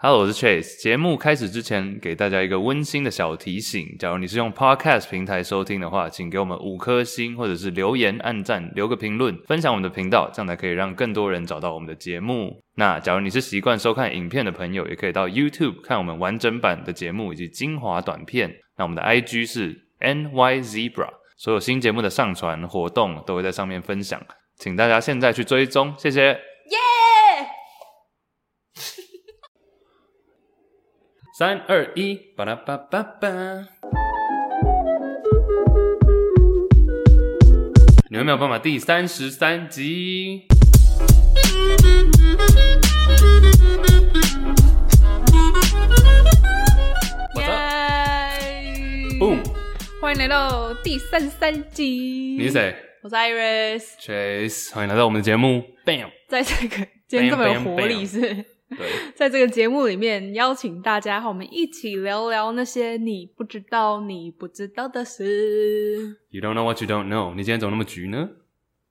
Hello，我是 Chase。节目开始之前，给大家一个温馨的小提醒：假如你是用 Podcast 平台收听的话，请给我们五颗星，或者是留言、按赞、留个评论，分享我们的频道，这样才可以让更多人找到我们的节目。那假如你是习惯收看影片的朋友，也可以到 YouTube 看我们完整版的节目以及精华短片。那我们的 IG 是 NYZebra，所有新节目的上传活动都会在上面分享，请大家现在去追踪，谢谢。三二一，巴拉巴巴巴。你们没有办法，第三十三集。我操耶，boom！欢迎来到第三十三集。你是？谁我是 Iris。 ？Chase，欢迎来到我们的节目。Bam！在这个今天这么有活力 Bam, bam, bam 是不是？对，在这个节目里面，邀请大家和我们一起聊聊那些你不知道、你不知道的事。 You don't know what you don't know。你今天怎么那么局呢？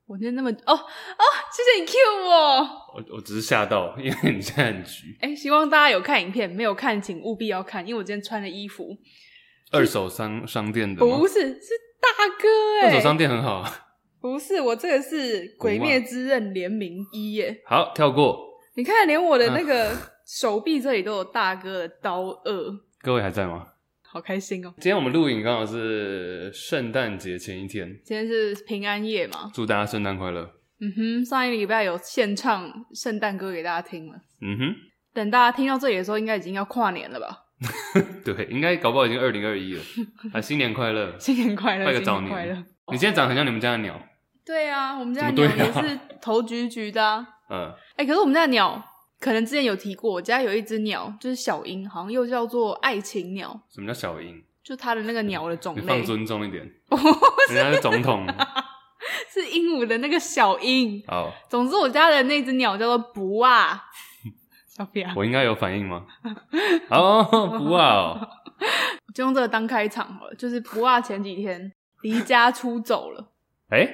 我今天那么哦哦，谢谢你 cue 我。我我只是吓到，因为你现在很局。哎，希望大家有看影片，没有看请务必要看，因为我今天穿的衣服 二手商商店的吗不？是是大哥二哎、手商店很好。不是我这个是《鬼古玩灭之刃》联名衣耶、好，跳过。你看，连我嗯的那个手臂这里都有大哥的刀颚，各位还在吗？好开心哦！今天我们录影刚好是圣诞节前一天，今天是平安夜嘛，祝大家圣诞快乐。嗯哼，上一个礼拜有现唱圣诞歌给大家听了。嗯等大家听到这里的时候，应该已经要跨年了吧？哼，对，应该搞不好已经二零二 一了。啊，新年快乐！新年快乐，拜个早新年快年乐！你现在长得很像你们家的鸟。对啊，我们家怎么鸟对也啊是头橘橘的、啊。嗯，哎、可是我们家的鸟，可能之前有提过，我家有一只鸟，就是小鹰，好像又叫做爱情鸟，什么叫小鹰？就它的那个鸟的种你类放尊重一点， 不人家是总统。是鹦鹉的那个小鹰。好，总之，我家的那只鸟叫做不啊，小不啊，我应该有反应吗？哦，不啊、哦，我就用这个当开场好了。就是不啊，前几天离家出走了。哎、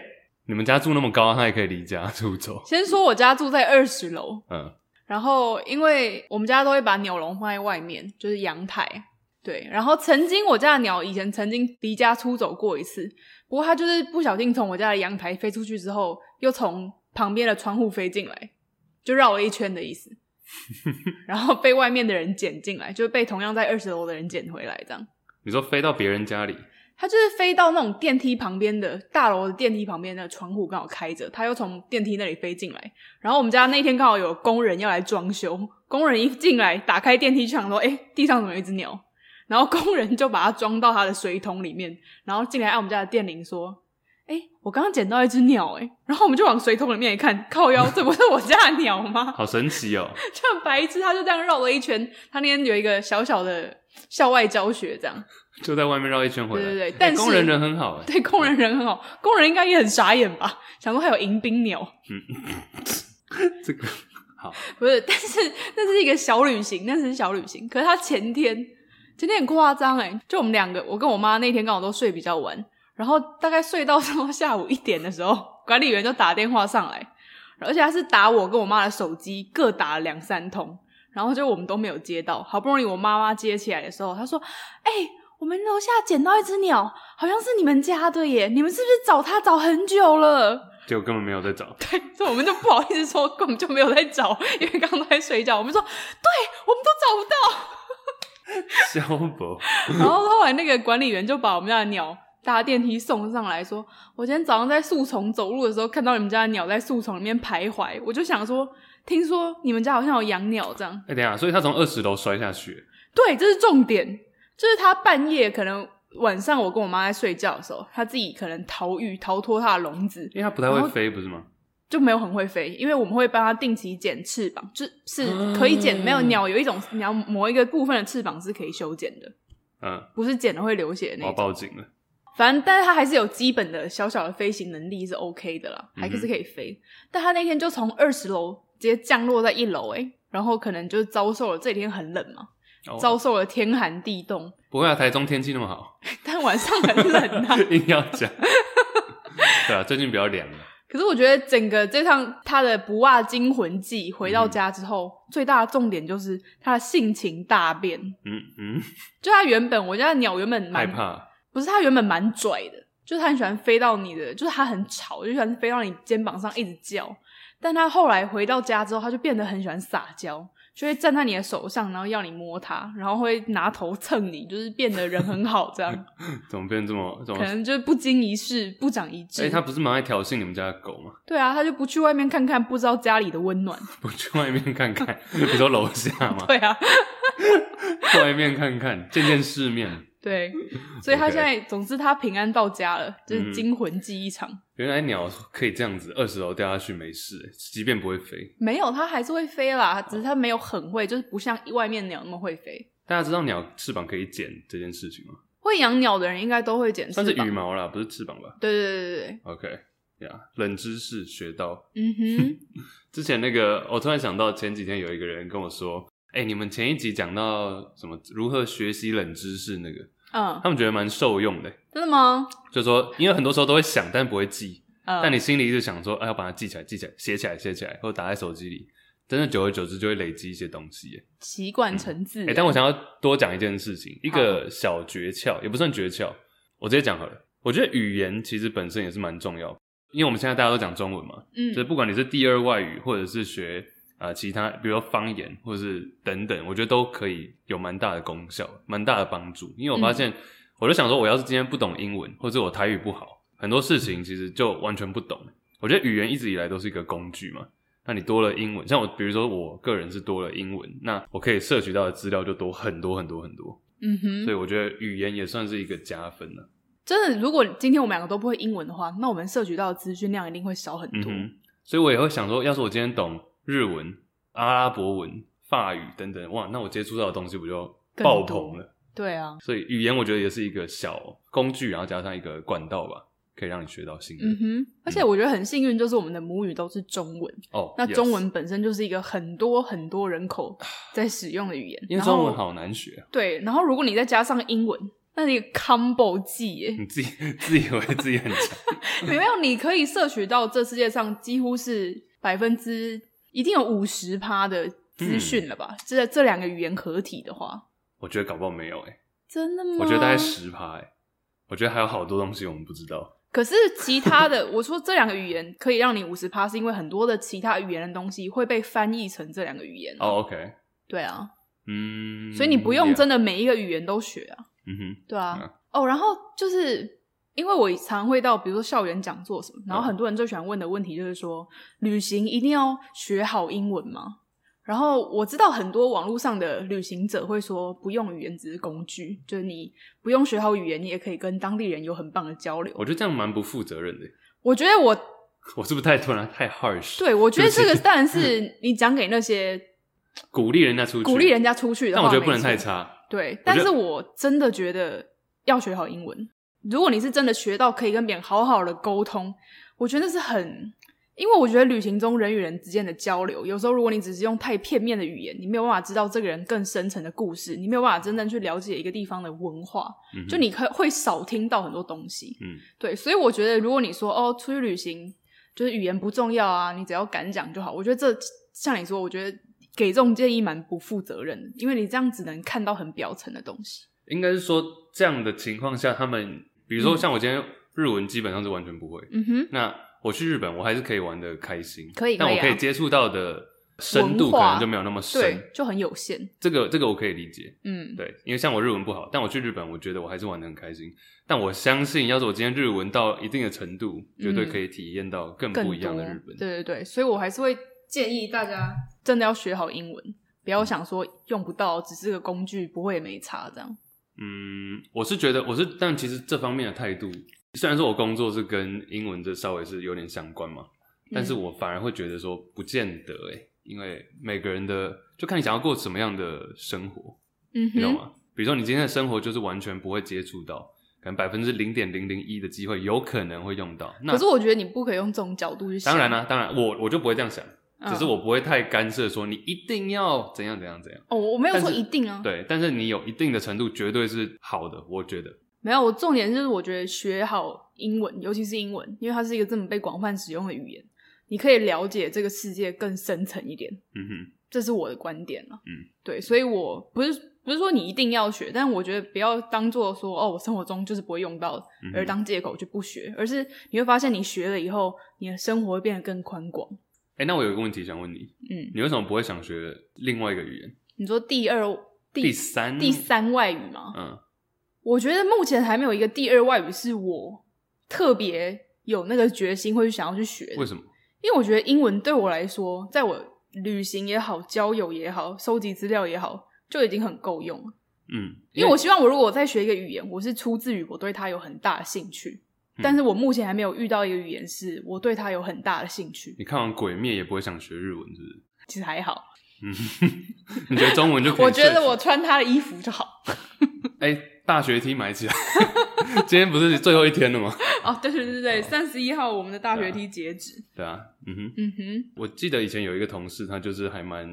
你们家住那么高，他也可以离家出走。 先说我家住在二十楼，嗯，然后因为我们家都会把鸟笼放在外面，就是阳台。对，然后曾经我家的鸟以前曾经离家出走过一次，不过它就是不小心从我家的阳台飞出去之后，又从旁边的窗户飞进来，就绕了一圈的意思，然后被外面的人捡进来，就被同样在二十楼的人捡回来，这样。你说飞到别人家里，它就是飞到那种电梯旁边的大楼的电梯旁边的窗户刚好开着，它又从电梯那里飞进来。然后我们家那天刚好有工人要来装修，工人一进来打开电梯就想说：“哎、地上怎么有一只鸟？”然后工人就把它装到他的水桶里面，然后进来按我们家的电铃说：“哎、我刚刚捡到一只鸟哎、然后我们就往水桶里面一看，靠腰，这不是我家的鸟吗？ 好神奇哦！ 就很白痴，他就这样绕了一圈。他那天有一个小小的校外教学这样。就在外面绕一圈回来。对对对哎但是工人人很好哎、对，工人人很好，工人应该也很傻眼吧？想说还有迎宾鸟，这个 不是？但是那是一个小旅行，那只是小旅行。可是他前天，前天很夸张哎，就我们两个，我跟我妈那天刚好都睡比较晚，然后大概睡到 差不多下午一点的时候，管理员就打电话上来，而且他是打我跟我妈的手机各打了两三通，然后就我们都没有接到。好不容易我妈妈接起来的时候，她说：“哎、我们楼下捡到一只鸟，好像是你们家的耶！你们是不是找它找很久了？”结果根本没有在找。 对，所以我们就不好意思说，根本就没有在找，因为刚刚都在睡觉。我们说，对，我们都找肖博，不到。然后后来那个管理员就把我们家的鸟搭电梯送上来说，我今天早上在树丛走路的时候，看到你们家的鸟在树丛里面徘徊，我就想说，听说你们家好像有养鸟这样。哎、等一下，所以他从二十楼摔下去，对，这是重点，就是他半夜可能晚上我跟我妈在睡觉的时候，他自己可能逃狱逃脱他的笼子，因为他不太然会后飞，不是吗？就没有很会飞，因为我们会帮它定期剪翅膀，就是可以剪。嗯没有鸟有一种鸟某一个部分的翅膀是可以修剪的，嗯，不是剪了会流血的我那要种。报警了。反正，但是它还是有基本的小小的飞行能力是 OK 的啦，还嗯哼是可以飞。但它那天就从二十楼直接降落在一楼，诶，然后可能就遭受了这几天很冷嘛，哦遭受了天寒地冻，不会啊，台中天气那么 好， 但晚上很冷啊。硬要讲。对啊，最近比较凉了。可是我觉得整个这趟他的不袜惊魂记回嗯到家之后，最大的重点就是他的性情大变。嗯嗯，就他原本，我觉得鸟原本害蛮怕，不是，它原本蛮拽的，就是它很喜欢飞到你的，就是它很吵，就喜欢飞到你肩膀上一直叫。但它后来回到家之后，它就变得很喜欢撒娇，就会站在你的手上，然后要你摸它，然后会拿头蹭你，就是变得人很好 这样。怎么变这么怎么可？能就是不经一事不长一智。哎、他不是蛮爱挑衅你们家的狗吗？对啊，它就不去外面看看，不知道家里的温暖。我去外面看看，你说楼下 吗？对啊，去外面看看，见见世面。对，所以它 OK 现在总之它平安到家了，就是嗯惊魂记一场。原来鸟可以这样子，二十楼掉下去没事、欸即便不会飞。没有，它还是会飞啦，哦只是它没有很会，就是不像外面鸟那么会飞。大家知道鸟翅膀可以剪这件事情吗？会养鸟的人应该都会剪翅算膀。是羽毛啦，不是翅膀吧对对对对？OK，呀、冷知识学到。对，嗯 哼，之前那个，我突然想到前几天有一个人跟我说：“哎、你们前一集讲到什么如何学习冷知识那个，嗯，他们觉得蛮受用的、真的吗？就说因为很多时候都会想，但不会记，嗯，但你心里一直想说，哎、要把它记起来，记起来，写起来，写起来，或者打在手机里，真的久而久之就会累积一些东西耶。习惯成自哎、然。但我想要多讲一件事情，一个小诀窍，也不算诀窍，我直接讲好了。我觉得语言其实本身也是蛮重要，因为我们现在大家都讲中文嘛，嗯就是不管你是第二外语，或者是学啊、呃其他，比如说方言，或者是等等，我觉得都可以有蛮大的功效，蛮大的帮助。因为我嗯发现，我就想说，我要是今天不懂英文，或者我台语不好，很多事情其实就完全不懂。我觉得语言一直以来都是一个工具嘛，那你多了英文，像我，比如说我个人是多了英文，那我可以摄取到的资料就多很多很多很多，嗯所哼，以我觉得语言也算是一个加分啊了。真的，如果今天我们两个都不会英文的话，那我们摄取到的资讯量一定会少很嗯多。哼，所以我也会想说，要是我今天懂日文、阿拉伯文、法语等等，哇，那我接触到的东西不就更爆多棚了？对啊，所以语言我觉得也是一个小工具，然后加上一个管道吧，可以让你学到新的。嗯哼，而且我觉得很幸运，就是我们的母语都是中文。哦，那 yes 啊中文本身就是一个很多很多人口在使用的语言，因为然后中文好难学啊，对，然后如果你再加上英文，那你 combo 技耶，你自己 自以为自己很强， 没有，你可以摄取到这世界上几乎是百分之一定有五十趴的资讯了嗯吧？这、这两个语言合体的话，我觉得搞不好没有哎、真的吗？我觉得大概。十趴哎，我觉得还有好多东西我们不知道。可是其他的， 我说这两个语言可以让你五十趴，是因为很多的其他语言的东西会被翻译成这两个语言。哦、，o k 对啊，嗯，嗯所以你不用真的的每一个语言都学啊。嗯对啊嗯，哦，然后就是因为我常会到比如说校园讲座什么，然后嗯很多人最喜欢问的问题就是说，旅行一定要学好英文吗？然后我知道很多网络上的旅行者会说，不用语言只是工具，就是你不用学好语言，你也可以跟当地人有很棒的交流哼，。我觉得这样蛮不负责任的。我觉得我我是不是太突然太 harsh？，对我觉得这对个不起当然是你讲给那些鼓励人家出去，鼓励人家出去的但话，我觉得不能没错太差。对，我觉但得是我真的觉得要学好英文。如果你是真的学到可以跟别人好好的沟通，我觉得那是很，因为我觉得旅行中人与人之间的交流，有时候如果你只是用太片面的语言，你没有办法知道这个人更深层的故事，你没有办法真正去了解一个地方的文化，嗯哼就，你可会少听到很多东西。嗯，对，所以我觉得如果你说哦，出去旅行就是语言不重要啊，你只要敢讲就好，我觉得这像你说，我觉得给这种建议蛮不负责任的，因为你这样只能看到很表层的东西。应该是说这样的情况下，他们比如说嗯像我今天日文基本上是完全不会，嗯哼，那我去日本我还是可以玩的开心，可以但我可以啊可以接触到的深文度可化能就没有那么深对，。就很有限。这个这个我可以理解，嗯，对，因为像我日文不好，但我去日本，我觉得我还是玩的很开心。但我相信，要是我今天日文到一定的程度，绝对可以体验到更嗯更不一样的多日本。对对对，所以我还是会建议大家真的要学好英文，不嗯要想说用不到，只是个工具，不会也没差这样。嗯，我是觉得，我是，但其实这方面的态度，虽然说我工作是跟英文这稍微是有点相关嘛，但是嗯我反而会觉得说，不见得诶、因为每个人的就看你想要过什么样的生活，嗯你懂哼，吗？比如说你今天的生活就是完全不会接触到，可能百分之零点零零一的机会有可能会用到。那可是我觉得你不可以用这种角度去想。当然啦、当然，我我就不会这样想，嗯，只是我不会太干涉说你一定要怎样怎样怎样。哦，我没有但说是一定啊。对，但是你有一定的程度，绝对是好的，我觉得。没有，我重点就是我觉得学好英文，尤其是英文，因为它是一个这么被广泛使用的语言，你可以了解这个世界更深层一点，嗯哼，这是我的观点了。嗯，对，所以我不是不是说你一定要学，但我觉得不要当做说哦，我生活中就是不会用到，嗯哼而当借口就不学，而是你会发现你学了以后，你的生活会变得更宽广。哎、那我有一个问题想问你，嗯，你为什么不会想学另外一个语言？你说第二第第三，第，三外语吗？嗯，我觉得目前还没有一个第二外语是我特别有那个决心会去想要去学的为什么？因为我觉得英文对我来说，在我旅行也好、交友也好、收集资料也好，就已经很够用了。嗯，因为我希望我如果我再学一个语言，我是出自于我对它有很大的兴趣，嗯但是我目前还没有遇到一个语言是我对它有很大的兴趣，你看完《鬼灭》也不会想学日文，是不是？ 其实还好。嗯，你觉得中文就可以我觉得说服我穿他的衣服就好。 哎、大学 T 买起来， 今天不是最后一天了吗？哦，对对对对，三十一号我们的大学梯截止。对啊，嗯哼，嗯哼，我记得以前有一个同事，他就是还蛮，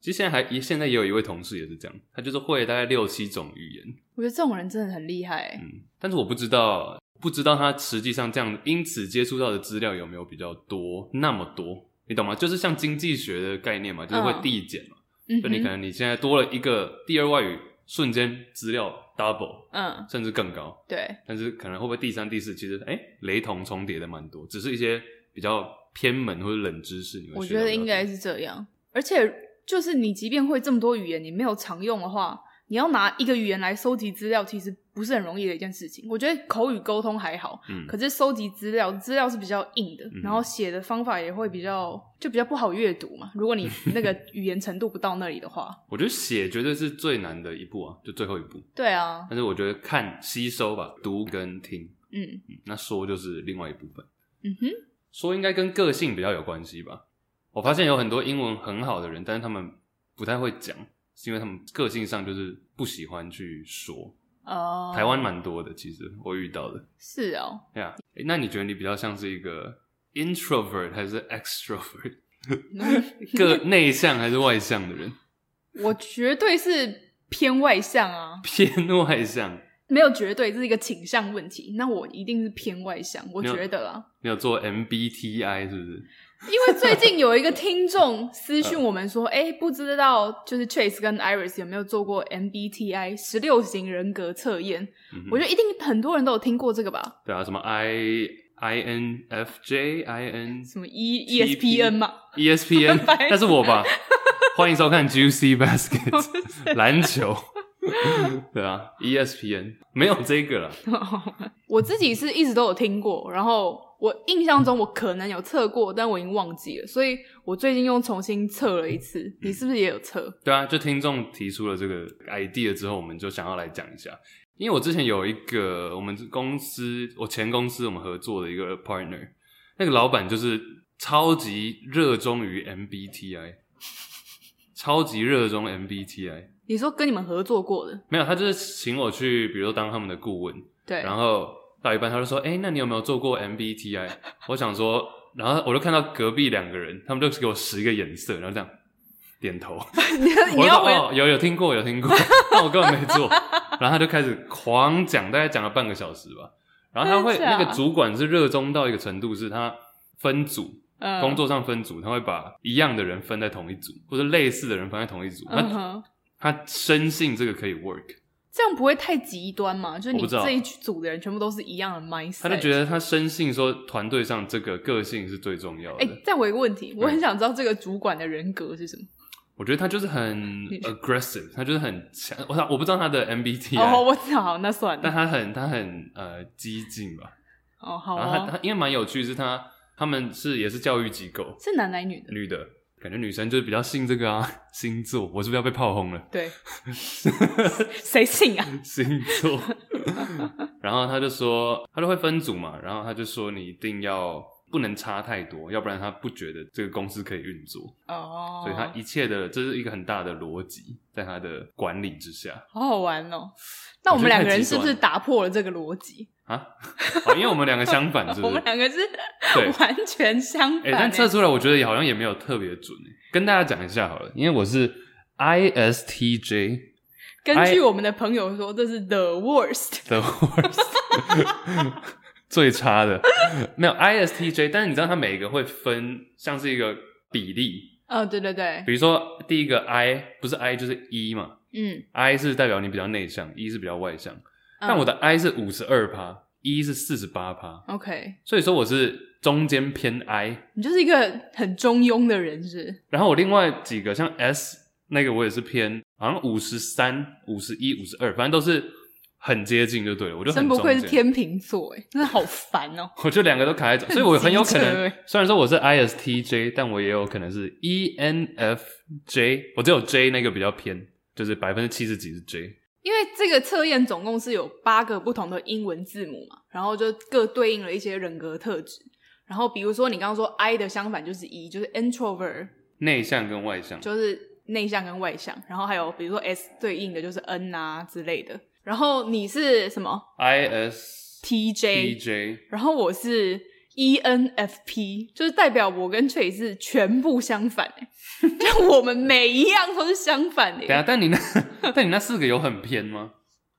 其实现在还也现在也有一位同事也是这样，他就是会大概六七种语言，我觉得这种人真的很厉害欸、嗯，但是我不知道，不知道他实际上这样，因此接触到的资料有没有比较多，那么多，你懂吗？就是像经济学的概念嘛，就是会嗯递减嘛，嗯就你可哼，能你现在多了一个第二外语，瞬间资料 double 嗯，甚至更高，对，但是可能会不会第三、第四，其实哎、诶雷同重叠的蛮多，只是一些比较偏门或者冷知识。你会我学到觉比得较应多该是这样。而且就是你即便会这么多语言，你没有常用的话，你要拿一个语言来收集资料，其实不是很容易的一件事情。我觉得口语沟通还好，嗯，可是收集资料，资料是比较硬的嗯，然后写的方法也会比较就比较不好阅读嘛。如 果你那个语言程度不到那里的话，我觉得写绝对是最难的一步啊，就最后一步。对啊，但是我觉得看吸收吧，读跟听，嗯嗯那说就是另外一部分。嗯哼，说应该跟个性比较有关系吧。我发现有很多英文很好的人，但是他们不太会讲，是因为他们个性上就是不喜欢去说。哦、台湾蛮多的，其实我遇到的。是哦， 对啊，诶那你觉得你比较像是一个 introvert 还是 extrovert？个内向还是外向的人？ 我绝对是偏外向啊。偏外向。没有绝对，这是一个倾向问题。那我一定是偏外向，我没有觉得啦。你有做 MBTI 是不是？因为最近有一个听众私讯嗯我们说，哎、不知道就是 Chase 跟 Iris 有没有做过 MBTI 十六型人格测验？嗯哼我觉得一定很多人都有听过这个吧，对啊，什么 I I N F J I N 什么 E ESPN 嘛，E ESPN， 白痴那是我吧？欢迎收看 Juicy 不 Basket 是篮球。 对啊，ESPN 没有这个了。我自己是一直都有听过，然后我印象中我可能有测过，但我已经忘记了，所以我最近又重新测了一次。嗯你是不是也有测？对啊，就听众提出了这个 idea 之后，我们就想要来讲一下。因为我之前有一个我们公司，我前公司我们合作的一个 partner，那个老板就是超级热衷于 MBTI，超级热衷 MBTI。你说跟你们合作过的，没有，他就是请我去，比如说当他们的顾问，对，然后到一半他就说：“哎、那你有没有做过 MBTI？” 我想说，然后我就看到隔壁两个人，他们就给我使一个眼色，然后这样点 头。你我 你就要说回哦，有有听过有听过， 但我根本没做。然后他就开始狂讲，大概讲了半个小时吧。然后他会真的假那的个主管是热衷到一个程度，是他分组嗯工作上分组，他会把一样的人分在同一组，或者类似的人分在同一组。嗯他哼。他深信这个可以 work，这样不会太极端嘛？就是我不你知道这一组的人全部都是一样的 mindset，他就觉得他深信说团队上这个个性是最重要哎、的。但我有一个问嗯题，我很想知道这个主管的人格是什么。我觉得他就是很 aggressive，他就是很强。我想我不知道他的哦， MBTI，我知道，那算啊但了。他很他很呃激进吧。哦，好然后他啊，他因为蛮有趣，是他他们是也是教育机构，是男来女的，女的感觉女生就是比较信这个啊 星座，我是不是要被炮轰了？ 对，谁信啊？星 座，然后他就说他就会分组嘛，然后他就说你一定要不能差太多，要不然他不觉得这个公司可以运作，哦，所以他一切的这是一个很大的逻辑，在他的管理之下好好玩哦。那我们两个人是不是打破了这个逻辑？啊、哦，因为我们两个相反，是 我不是们？两个是对 完全相哎、反、欸。但测出来我觉得好像也没有特别准、欸，跟大家讲一下好了，因为我是 ISTJ，根据我们的朋友说，这是 the worst。 The worst，最差的没有 ISTJ，但是你知道它每一个会分，像是一个比例，呃，对对对，比如说第一个 I 不是 I 就是 E 嘛嗯， ，I 是代表你比较内向，E 是比较外向，但嗯我的 I 是五十二趴，E 是四十八趴， OK，所以说我是中间偏 I，你就是一个很中庸的人是不是然后我另外几个像 S 那个我也是偏，好像五十三、五十一、五十二，反正都是很接近就对了，我就很真不愧中是间天秤座，哎，真的好烦哦、我就两个都卡在中，所以我很有可很机能车欸，虽然说我是 ISTJ，但我也有可能是 ENFJ，我只有 J 那个比较偏，就是百分之七十几是 J。 因为这个测验总共是有八个不同的英文字母嘛，然后就各对应了一些人格特质。然后比如说你刚刚说 I 的相反就是 E，就是 introvert，内向跟外向，就是内向跟外向。然后还有比如说 S 对应的就是 N 啊之类的。然后你是什么 ISTJ TJ？然后我是 E ENFP，就是代表我跟 t r e 是全部相反、欸， 就我们每一样都是相反的、欸等一下，但你那 但你那四个有很偏吗？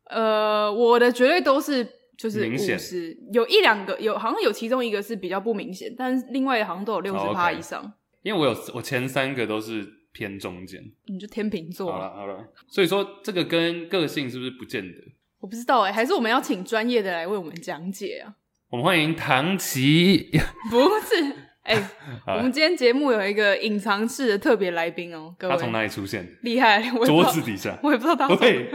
呃，我的绝对都是就是明五显十，有一两个有，好像有其中一个是比较不明显，但是另外好像都有六哦十，OK 趴以上。因为我有我前三个都是偏中间。你就天秤座好啊，了好了，所以说这个跟个性是不是不见得？我不知道哎、还是我们要请专业的来为我们讲解啊？ 我们欢迎唐琪，不是，哎、 好我们今天节目有一个隐藏式的特别来宾哦，各他从哪位里出现？厉害，我也不知道桌子，底下。我也不知 道他从 喂，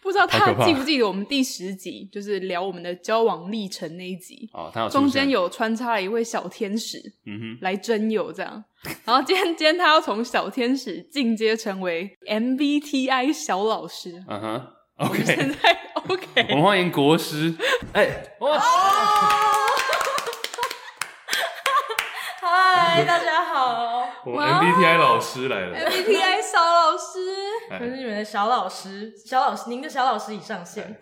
不知道好他可怕记不记得我们第十集，就是聊我们的交往历程那一集，哦，他有出中现间，有穿插了一位小天使嗯哼。来真友这样。然后今天今天他要从小天使进阶成为 MBTI 小老师，嗯哼我们现，OK，在我 OK。们欢迎国师。哎、哇，哦 嗨，大家 好，我哇哎 MBTI 老师来了。 MBTI 小老师，哎我是你们的小老师，小老师，您的小老师已上线。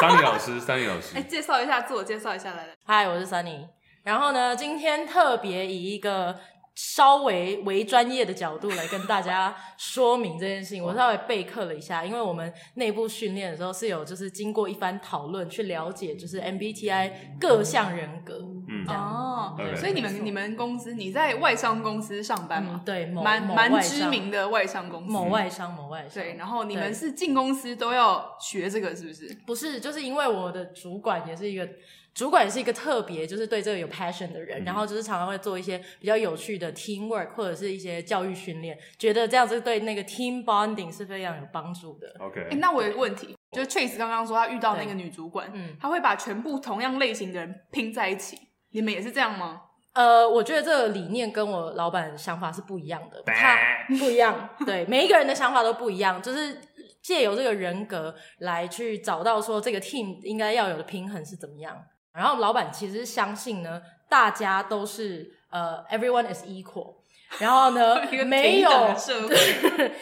桑尼老师，桑尼老师哎，，介绍一下，自我介绍一下，来来，嗨，我是 Sunny。然后呢，今天特别以一个稍微为专业的角度来跟大家说明这件事情。我稍微备课了一下，因为我们内部训练的时候是有就是经过一番讨论去了解，就是 MBTI 各项人格。嗯这，样哦 OK 所以你没错们你们公司你在外商公司上班嗯吗，？对，某蛮某蛮外知商名的外商公司，某外商，某外商。对。然后你对们是进公司都要学这个，是不是？不是，就是因为我的主管也是一个，主管也是一个特别就是对这个有 passion 的人，然后就是常常会做一些比较有趣的 teamwork 或者是一些教育训练，觉得这样子对那个 team bonding 是非常有帮助的。欸 OK，那我有一个问题，就是 Trace 刚刚说他遇到那个对女主管，嗯他会把全部同样类型的人拼在一起，你们也是这样吗？呃，我觉得这个理念跟我老板的想法是不一样的，他不一样，对，每一个人的想法都不一样，就是借由这个人格来去找到说这个 team 应该要有的平衡是怎么样。然后老板其实是相信呢，大家都是呃，everyone is equal，然后 一个呢，没平等有的社会，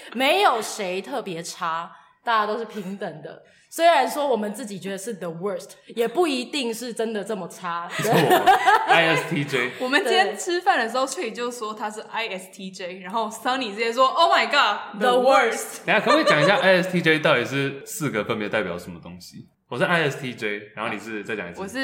没有谁特别差，大家都是平等的。虽然说我们自己觉得是 the worst，也不一定是真的这么差。 是 我 ISTJ。我们今天对吃饭的时候，Trace 就说他是 ISTJ，然后 Sunny 直接说 Oh my God，the The worst。等一下可不可以讲一下 ISTJ 到底是四个分别代表什么东西？我是 ISTJ，然后你是再讲一次，我是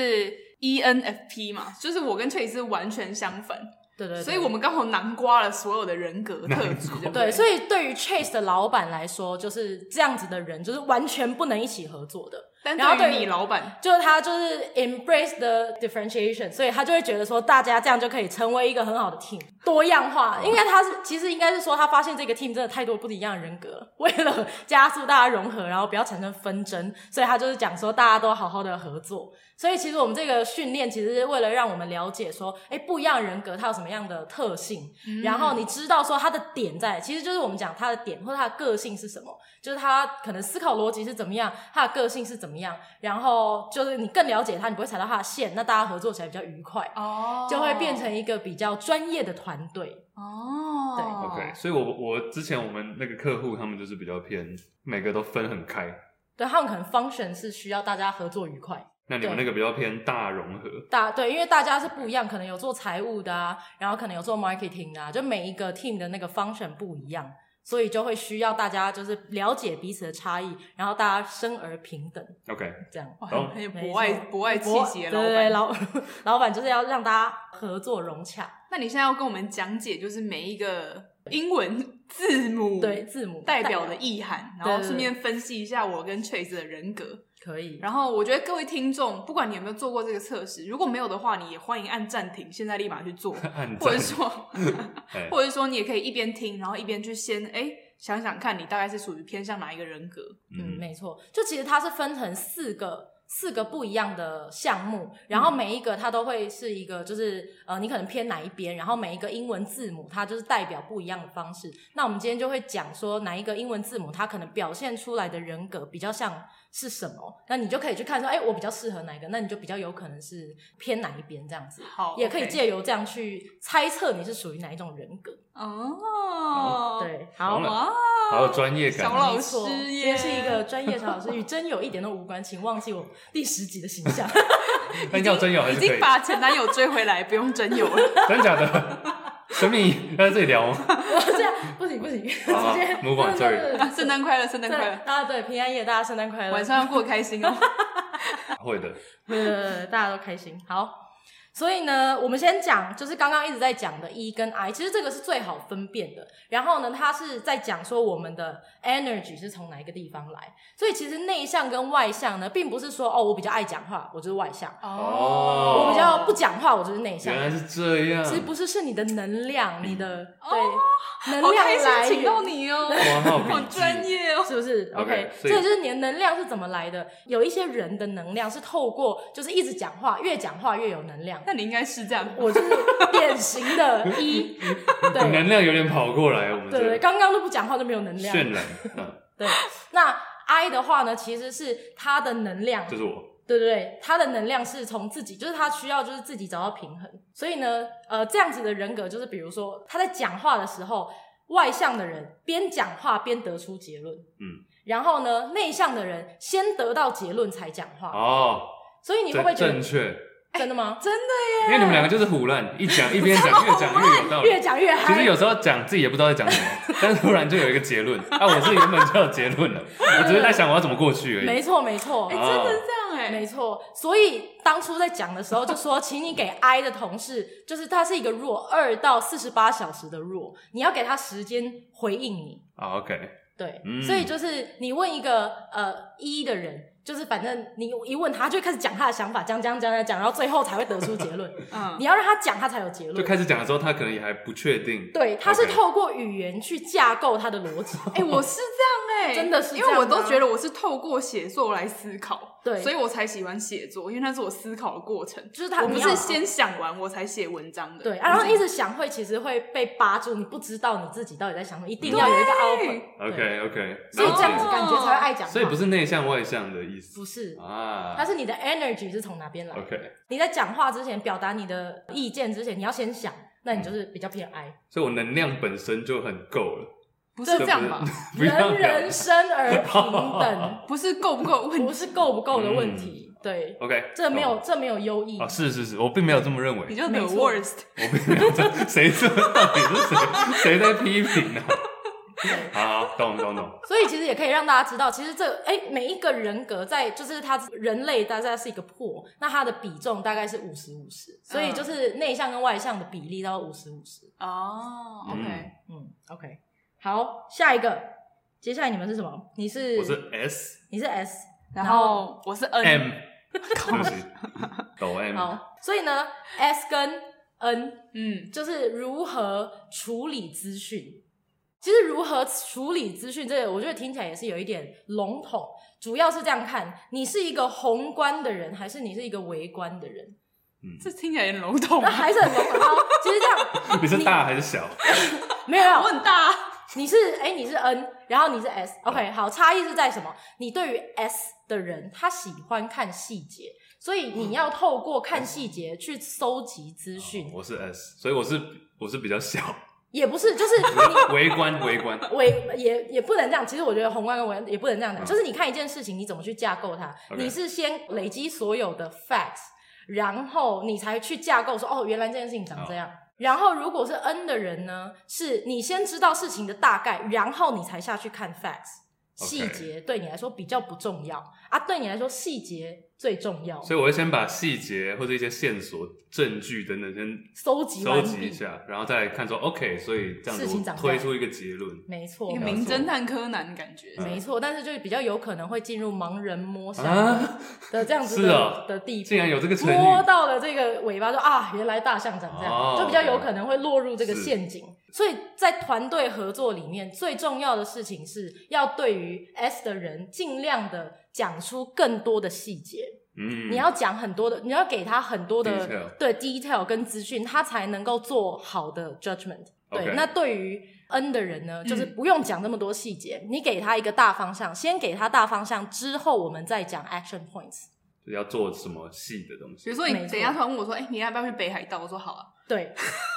E ENFP 嘛，就是我跟 Trace 是完全相反，对对对，所以我们刚好囊括了所有的人格特质，对不对，对？所以对于 Chase 的老板来说，就是这样子的人，就是完全不能一起合作的。但然后对对于于你老板，就是他就是 embrace the differentiation，所以他就会觉得说，大家这样就可以成为一个很好的 team，多样化。应该他是其实应该是说，他发现这个 team 真的太多不一样的人格了，为了加速大家融合，然后不要产生纷争，所以他就是讲说，大家都好好的合作。所以其实我们这个训练，其实是为了让我们了解说，哎，不一样人格它有什么样的特性，嗯嗯然后你知道说他的点在，其实就是我们讲他的点或者他的个性是什么，就是他可能思考逻辑是怎么样，他的个性是怎么样，然后就是你更了解他，你不会踩到他的线，那大家合作起来比较愉快，哦就会变成一个比较专业的团队。哦，对 OK。所以我我之前我们那个客户他们就是比较偏，每个都分很开。对他们可能 function 是需要大家合作愉快，那你们那对个比较偏大融合，大对，因为大家是不一样，可能有做财务的啊，然后可能有做 marketing 的啊，就每一个 team 的那个 function 不一样，所以就会需要大家就是了解彼此的差异，然后大家生而平等， OK，这样。哇懂很有没博爱错博爱气我息的对老对对板。老 老板就是要让大家合作融洽，那你现在要跟我们讲解，就是每一个英文字母对字母代表的意涵，然对后对顺便分析一下我跟 Trace 的人格。可以，然后我觉得各位听众，不管你有没有做过这个测试，如果没有的话，你也欢迎按暂停，现在立马去做，按或者赞，说， 哎或者说你也可以一边听，然后一边去先哎想想看你大概是属于偏向哪一个人格。嗯，嗯没错，就其实它是分成四个四个不一样的项目，嗯然后每一个它都会是一个，就是呃，你可能偏哪一边，然后每一个英文字母它就是代表不一样的方式。那我们今天就会讲说哪一个英文字母它可能表现出来的人格比较像是什么，那你就可以去看说，哎、我比较适合哪一个，那你就比较有可能是偏哪一边这样子。好，也可以 OK 借由这样去猜测你是属于哪一种人格。哦，，对，好好，了哇，好有专业感小哦老没错师今耶，天是一个专业小老师，与真友一点都无关，请忘记我第十集的形 象。那要真有还已是可经以，把前男友追回来，不用真友了。 真假的？神秘要在这里聊吗？这样不行不行，直接好好 move on，对对对对圣诞快乐，圣诞快乐，大家对平安夜，大家圣诞快乐，晚上要过得开心哦。会的， 对对对对大家都开心。好，所以呢，我们先讲，就是刚刚一直在讲的 E 跟 I，其实这个是最好分辨的。然后呢，它是在讲说我们的 energy 是从哪一个地方来。所以其实内向跟外向呢，并不是说哦，我比较爱讲话，我就是外向；哦我比较不讲话，我就是内向原。来是这样。其实不是，是你的能量，你的哦对能好量开心来，请到源。你哦，括号笔记好专业哦。是不是 OK，所所以以就是你的能量是怎么来的？有一些人的能量是透过就是一直讲话，越讲话越有能量。那你应该是这样，我就是典型的一，你对能量有点跑过来，我们对这对，刚刚都不讲话都没有能量。渲染，嗯，对，那 I 的话呢，其实是他的能量这是我，对对对，他的能量是从自己，就是他需要就是自己找到平衡。所以呢，呃，这样子的人格就是，比如说他在讲话的时候，外向的人边讲话边得出结论，嗯，然后呢，内向的人先得到结论才讲话。哦，所以你会不会正觉得哎正确，真的吗？真的因为你们两个就是胡乱一讲一边讲，越讲越有道理越。讲越其实嗨，有时候讲自己也不知道在讲什么，但是突然就有一个结 论。啊，我是原本就有结论了，我只是在想我要怎么过去而已。没错没错哎、啊真的是这样哎、没错。所以当初在讲的时候就说，请你给 I 的同事，就是他是一个弱，二到四十八小时的弱，你要给他时间回应你。啊，OK，对，嗯所以就是你问一个呃一的人，就是反正你一问他，他就会开始讲他的想法，讲讲讲讲讲，然后最后才会得出结 论。嗯，你要让他讲，他才有结就论。开始讲的时候，他可能也还不确定。对，他是 OK 透过语言去架构他的逻 辑。哎、我是这样哎、真的是这因样吗为我都觉得我是透过写作来思考，对所以我才喜欢写作，因为那是我思考的过程，就是他我不你要是先想完我才写文章的，对，啊然后一直想会，其实会被扒住，你不知道你自己到底在想什么，一定要有一个 output。 OK OK，所以这样子感觉才会爱讲话。所以不是内向外向的意思不是，啊。它是啊你的 energy 是从哪边来的 OK，你在讲话之前，表达你的意见之前，你要先想，那你就是比较偏 I。所以我能量本身就很够了，不是这样吧？ 不要人聊人生而平等，不是够不够问不是够不够的问题。对， OK，这没有懂这没有优异啊，。嗯是是是，我并没有这么认为你，就没 the 错 worst，我并没有这， 谁这到底是谁？谁在批评呢？啊 好，好懂懂懂，所以其实也可以让大家知道，其实这哎每一个人格在就是他人类大概是一个破，那它的比重大概是五十五十，所以就是内向跟外向的比例到五十五十。哦，OK，、嗯嗯，OK，好，下一个，接下来你们是什么？你是我是 S 你是 S，然后我 是 N， M，对不起，抖 M，好，所以呢 S 跟 N 嗯，就是如何处理资讯。其实如何处理资讯，这个我觉得听起来也是有一点笼统。主要是这样看，你是一个宏观的人，还是你是一个围观的人？这听起来有点笼统那，还是很笼统。好 其实这样，你是大还是小？没有没有我，很大啊，你是哎、你是 N，然后你是 S，OK，、好，差异是在什么？你对于 S 的人，他喜欢看细节，所以你要透过看细节去搜集资讯，我是 S，所以我是我是比较小，也不是就是你围观围观，为也也不能这样，其实我觉得宏观跟微观也不能这样讲，嗯就是你看一件事情，你怎么去架构它 OK 你是先累积所有的 facts，然后你才去架构说，哦，原来这件事情长这样。然后如果是 N 的人呢，是你先知道事情的大概，然后你才下去看 facts。 OK 细节对你来说比较不重要啊，对你来说细节最重要。所以我会先把细节或者一些线索、证据等等先搜集收完集一毕，下，然后再来看说 OK，所以这样子事情我长推这样出一个结论。没错一个，没名侦探柯南的感觉嗯。没错，但是就比较有可能会进入盲人摸象啊的这样子是的、哦的地步，竟然有这个成语摸到了这个尾巴就啊，原来大象长这样，哦就比较有可能会落入这个是陷阱。所以在团队合作里面，最重要的事情是要对于 S 的人尽量的讲出更多的细节。嗯，你要讲很多的，你要给他很多的 Detail 对 detail 跟资讯，他才能够做好的 judgment。对 OK 嗯那对于 N 的人呢，就是不用讲那么多细节，你给他一个大方向，先给他大方向，之后我们再讲 action points。就是要做什么细的东西比？如说你没错等一下突然问我说：“哎、你要不要去北海道？”我说：“好啊。对，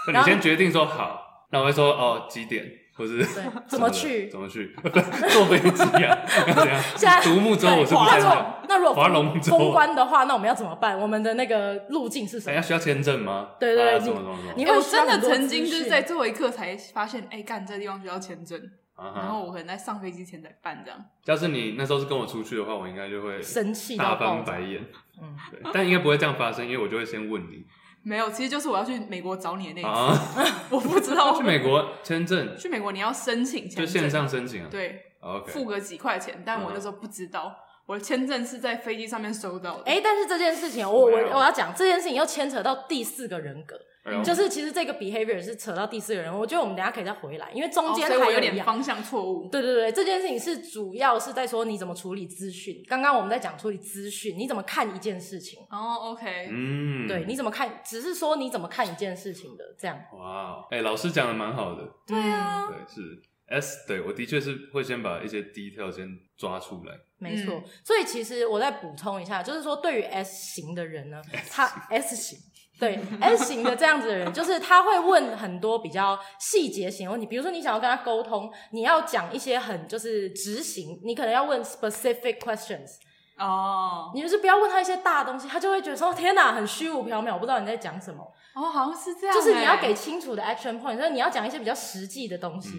那你然后先决定说好，那我会说哦几点，或是 怎么什的去怎么去， 坐飞机啊，然后怎 现在样？ 独木舟我是不那太如懂。果那如果划龙封舟封关的话，那我们要怎么办？我们的那个路径是什等一下么？需哎要签证吗？对对对啊你什么什么什么？你哎会我需要真的很多曾经资就是讯在最后一刻才发现，哎、干这地方需要签证，啊然后哈，我可能在上飞机前才办这样。要是你那时候是跟我出去的话，我应该就会生气大到爆翻炸白。眼。嗯，对，但应该不会这样发生，因为我就会先问你没有，其实就是我要去美国找你的那一次， 啊，我不知 道去美国签证去美国你要申请就签线证，上申请啊。对，付 OK，嗯个几块钱，但我那时候不知道，我的签证是在飞机上面收到的。哎、但是这件事情，我我哇哦我要讲这件事情，又牵扯到第四个人格，哎呦就是其实这个 behavior 是扯到第四个人，我觉得我们等一下可以再回来，因为中哦间所以还我有一点样。方向错误。对对对，这件事情是主要是在说你怎么处理资讯。刚刚我们在讲处理资讯，你怎么看一件事情？哦，OK，嗯，对，你怎么看？只是说你怎么看一件事情的这样。哇，哎，老师讲的蛮好的，对啊，对，是 S，对我的确是会先把一些 detail 先抓出来。没错。嗯所以其实我再补充一下，就是说对于 S 型的人呢，他 S 型。对 S 型的这样子的人，就是他会问很多比较细节型的问题，比如说你想要跟他沟通，你要讲一些很就是执行，你可能要问 specific questions，哦，你就是不要问他一些大的东西，他就会觉得说天哪，很虚无缥缈，我不知道你在讲什么。哦，好像是这样欸，就是你要给清楚的 action point，所以你要讲一些比较实际的东西。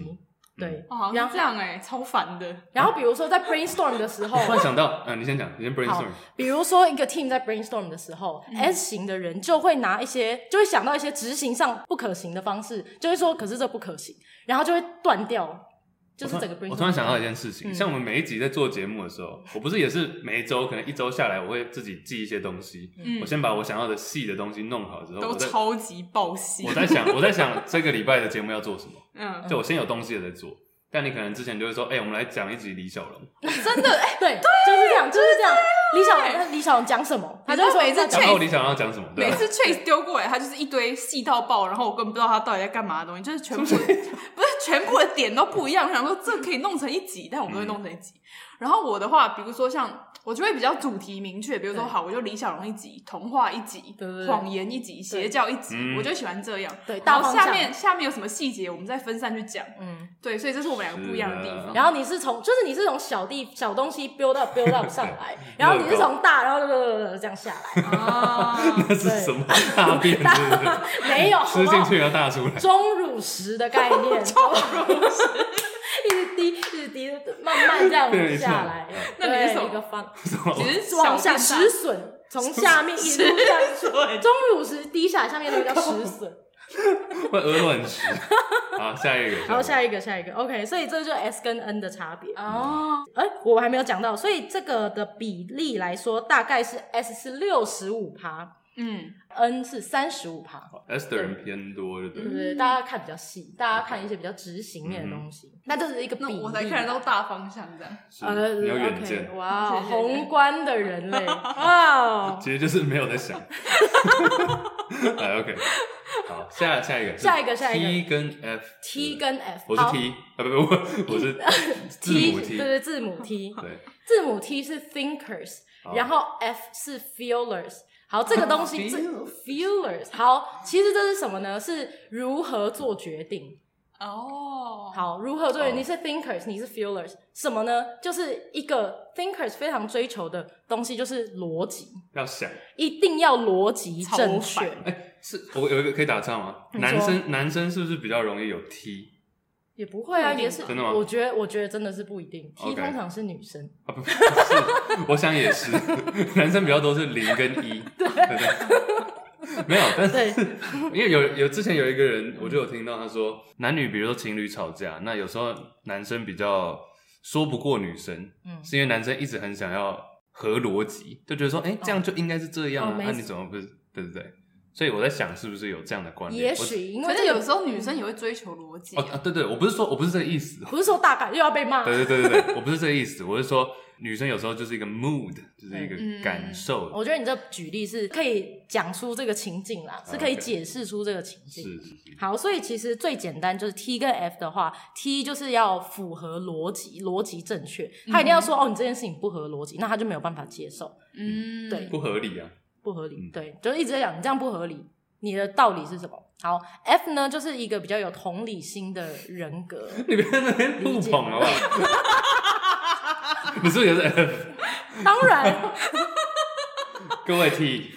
对，哦，好像然是后这样哎，超烦的。然后比如说在 brainstorm 的 时候，突然想到，嗯，你先讲，你先 brainstorm。比如说一个 team 在 brainstorm 的时候、s 嗯型的人就会拿一些，就会想到一些执行上不可行的方式，就会说可是这不可行，然后就会断掉，就是整个 brainstorm。我突然想到一件事情，嗯像我们每一集在做节目的时候，我不是也是每一周可能一周下来，我会自己记一些东西。嗯我先把我想要的细的东西弄好之后，都我再超级爆戏我。在想我在想这个礼拜的节目要做什么，嗯，就我先有东西了再做。但你可能之前就会说，哎，我们来讲一集李小龙， 真的哎， 对，就是这样，就是这样。李小龙，李小龙讲什么？他就会说你知道每次讲然确后李小龙要讲什么？对每啊，次 Chase 丢过来，他就是一堆细到爆，然后我根本不知道他到底在干嘛的东西，就是全部 不是全部的点都不一样。我想说这可以弄成一集，但我不会弄成一集。然后我的话，比如说像我就会比较主题明确，比如说对好，我就李小龙一集，童话一集对对，对谎言一集，邪教一集嗯，我就喜欢这样。对大然后方下向。面下面有什么细节，我们再分散去讲。嗯，对，所以这是我们两个不一样的地是啊方。 然后你是从，就是你是从小地小东西 build up build up 上来， 然后你是从大，然后这样下来，啊，那 是什么大便？对不 对？没有吃进好不好去要大出来。。钟乳石的概 念，钟乳石一直滴，一直滴，慢慢这样往下来那你是什对么一个方，只是小往变下大止损， 从下面一路这样子，钟乳石滴下来，下面那 个叫止损。 会鹅卵石。好，下一个。然后下一一个，下一个，OK，所以这就是 S 跟 N 的差别。哦，哎、我还没有讲到，所以这个的比例来说，大概是 S 是六十五趴嗯， ，N 是三十五趴。个 S 的人偏多，嗯对不对对了？不对？大家看比较细，大家看一些比较执行面的东西，那这是一个比嗯那例。我才看得到大方向这样。是呃，你有远见 OK，，哇哦，谢谢宏观的 人类，哇哦。其实就是没有在 想。哎，OK，好，下下一个，下一个下一 T 个跟 F。 T 跟 F，我是好 T，啊不不我 我是字母 T，对对，字母 T，对，字母 T 是 thinkers，好然后 F 是 feelers。好，这个 东西这 feelers，好，其实这是什么呢？是如何做决定。哦，好，如何哦对？你是 thinkers，你是 feelers，什么呢？就是一个 thinkers 非常追求的东西，就是逻辑，要想，哎一定要逻辑超烦正确。是我有一个可以打岔吗？你说男生男生是不是比较容易有 T 也不会啊，不一定也是，真的吗我觉得，我觉得真的是不一定。T OK 通常是女生，啊？不 不是，我想也是，男生比较多是零跟一，对对。 没有，但对是因为有有之前有一个人，我就有听到他说，男女比如说情侣吵架，那有时候男生比较说不过女生，嗯，是因为男生一直很想要合逻辑，就觉得说，哎、这样就应该是这样哦啊，那、没你怎么不是？对对对，所以我在想哦是不是有这样的关联？也我许因可为是这有个时候女生也会追求逻辑哦啊，啊。对对，我不是说我不是这个意思，不是说大概又要被骂， 对对对对对，我不是这个意思，我是说女生有时候就是一个 mood，就是一嗯个感受，我觉得你这举例是可以讲出这个情境啦，是可啊以 OK 解释出这个情是境。是是，好，所以其实最简单就是 T 跟 F 的话，T 就是要符合逻辑，逻辑正确，他一定要说、哦，你这件事情不合逻辑，那他就没有办法接受，嗯，对不合理啊，不合理。嗯对，就是一直在讲你这样不合理，你的道理是什么？好，F 呢就是一个比较有同理心的人格，你别在那边互捧好不好？你是不是也是 F？当然，各位 T，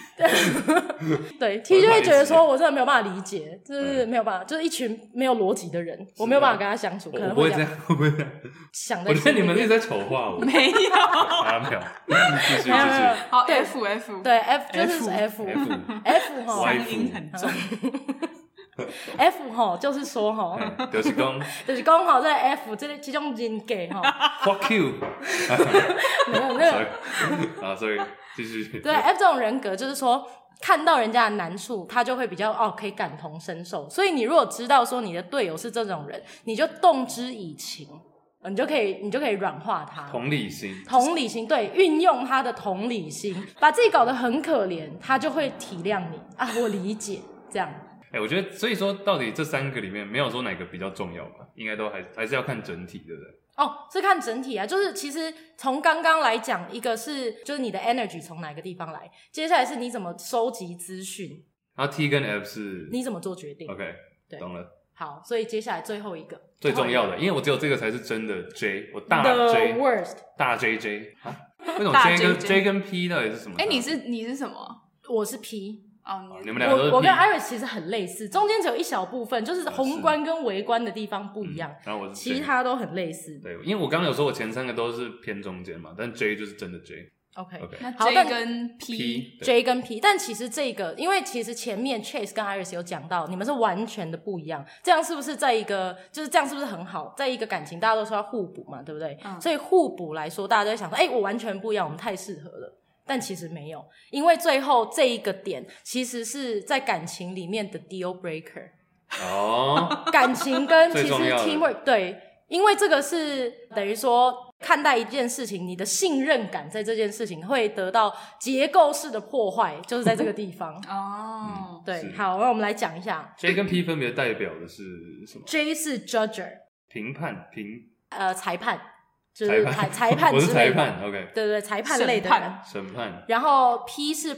对 T 就会觉得说我真的没有办法理解，嗯就是没有办法，就是一群没有逻辑的人，我没有办法跟他相处，我可我能不会这这样样，我不会这样，想在我觉得心里你们一面直在丑化我， 没有， 啊没有，继续继没有没有续好对 F F，对 F 就是 F F F F 哈歪声音很重， F 哈就是说哈。哎就是讲就是讲吼，这个 F 这个这种人格吼， fuck you，没有没有， sorry，啊 sorry，继续，对 F 这种人格就是说。看到人家的难处，他就会比较哦，可以感同身受。所以你如果知道说你的队友是这种人，你就动之以情，呃你就可以，你就可以软化他。同理心，同理心，对，运用他的同理心，把自己搞得很可怜，他就会体谅你啊，我理解这样。哎、我觉得，所以说，到底这三个里面，没有说哪个比较重要吧？应该都还还是要看整体，对不对？哦，是看整体啊，就是其实从刚刚来讲，一个是就是你的 energy 从哪个地方来，接下来是你怎么收集资讯，然后 T 跟 F 是你怎么做决定。 OK，对懂了，好，所以接下来最后一个最重要的，因为我只有这个才是真的 J，我大 the J worst，大 JJ 啊，为什么大 J 跟 JJ J 跟 P 到底是什么差？哎，你是你是什么？我是 P，哦，你们两个都是 P，我我跟 Iris 其实很类似，中间只有一小部分就是宏观跟微观的地方不一样，然后我是 J 其他都很类似。对，因为我刚刚有说我前三个都是偏中间嘛，但 J 就是真的 J。 OK，, OK，那好 J 但跟 P 对 J 跟 P，但其实这个，因为其实前面 Chase 跟 Iris 有讲到，你们是完全的不一样，这样是不是在一个就是这样是不是很好？在一个感情，大家都说要互补嘛，对不对？嗯所以互补来说，大家都会想说，哎、我完全不一样，我们太适合了。但其实没有，因为最后这一个点其实是在感情里面的 deal breaker，哦， 感情跟其最实重要的 teamwork 对，因为这个是等于说看待一件事情，你的信任感在这件事情会得到结构式的破坏，就是在这个地方。 哦，对，是好，那我们来讲一下 J 跟 P 分别代表的是什么？ ，J 是 judger，评判、评呃，裁判，就是裁判、裁 判我之是裁类的，判，OK，对对，裁判类的审人判。审判然后 P 是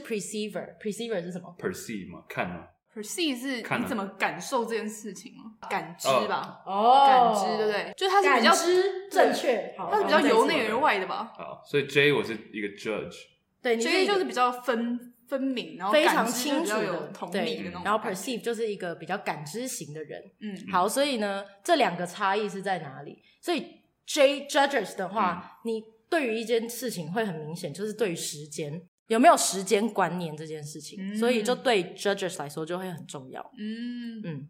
perceiver，perceiver 是什么？ perceive 嘛，看嘛， perceive 是看你了怎么感受这件事情吗？感知哦吧，哦感知对不？对？就是它它是比较，知哦正确，好它是比较好由再内次而外的吧。好，所以 J 我是一个 judge，对，你所是以一个就是比较分分明，然后非感常知就清比楚较有的同理的对那种感觉。，然后 perceive 就是一个比较感知型的人。嗯，好，所以呢，这两个差异是在哪里？所以 J judges 的话，嗯你对于一件事情会很明显，就是对于时间有没有时间观念这件事情，嗯所以就对 judges 来说就会很重要。嗯嗯，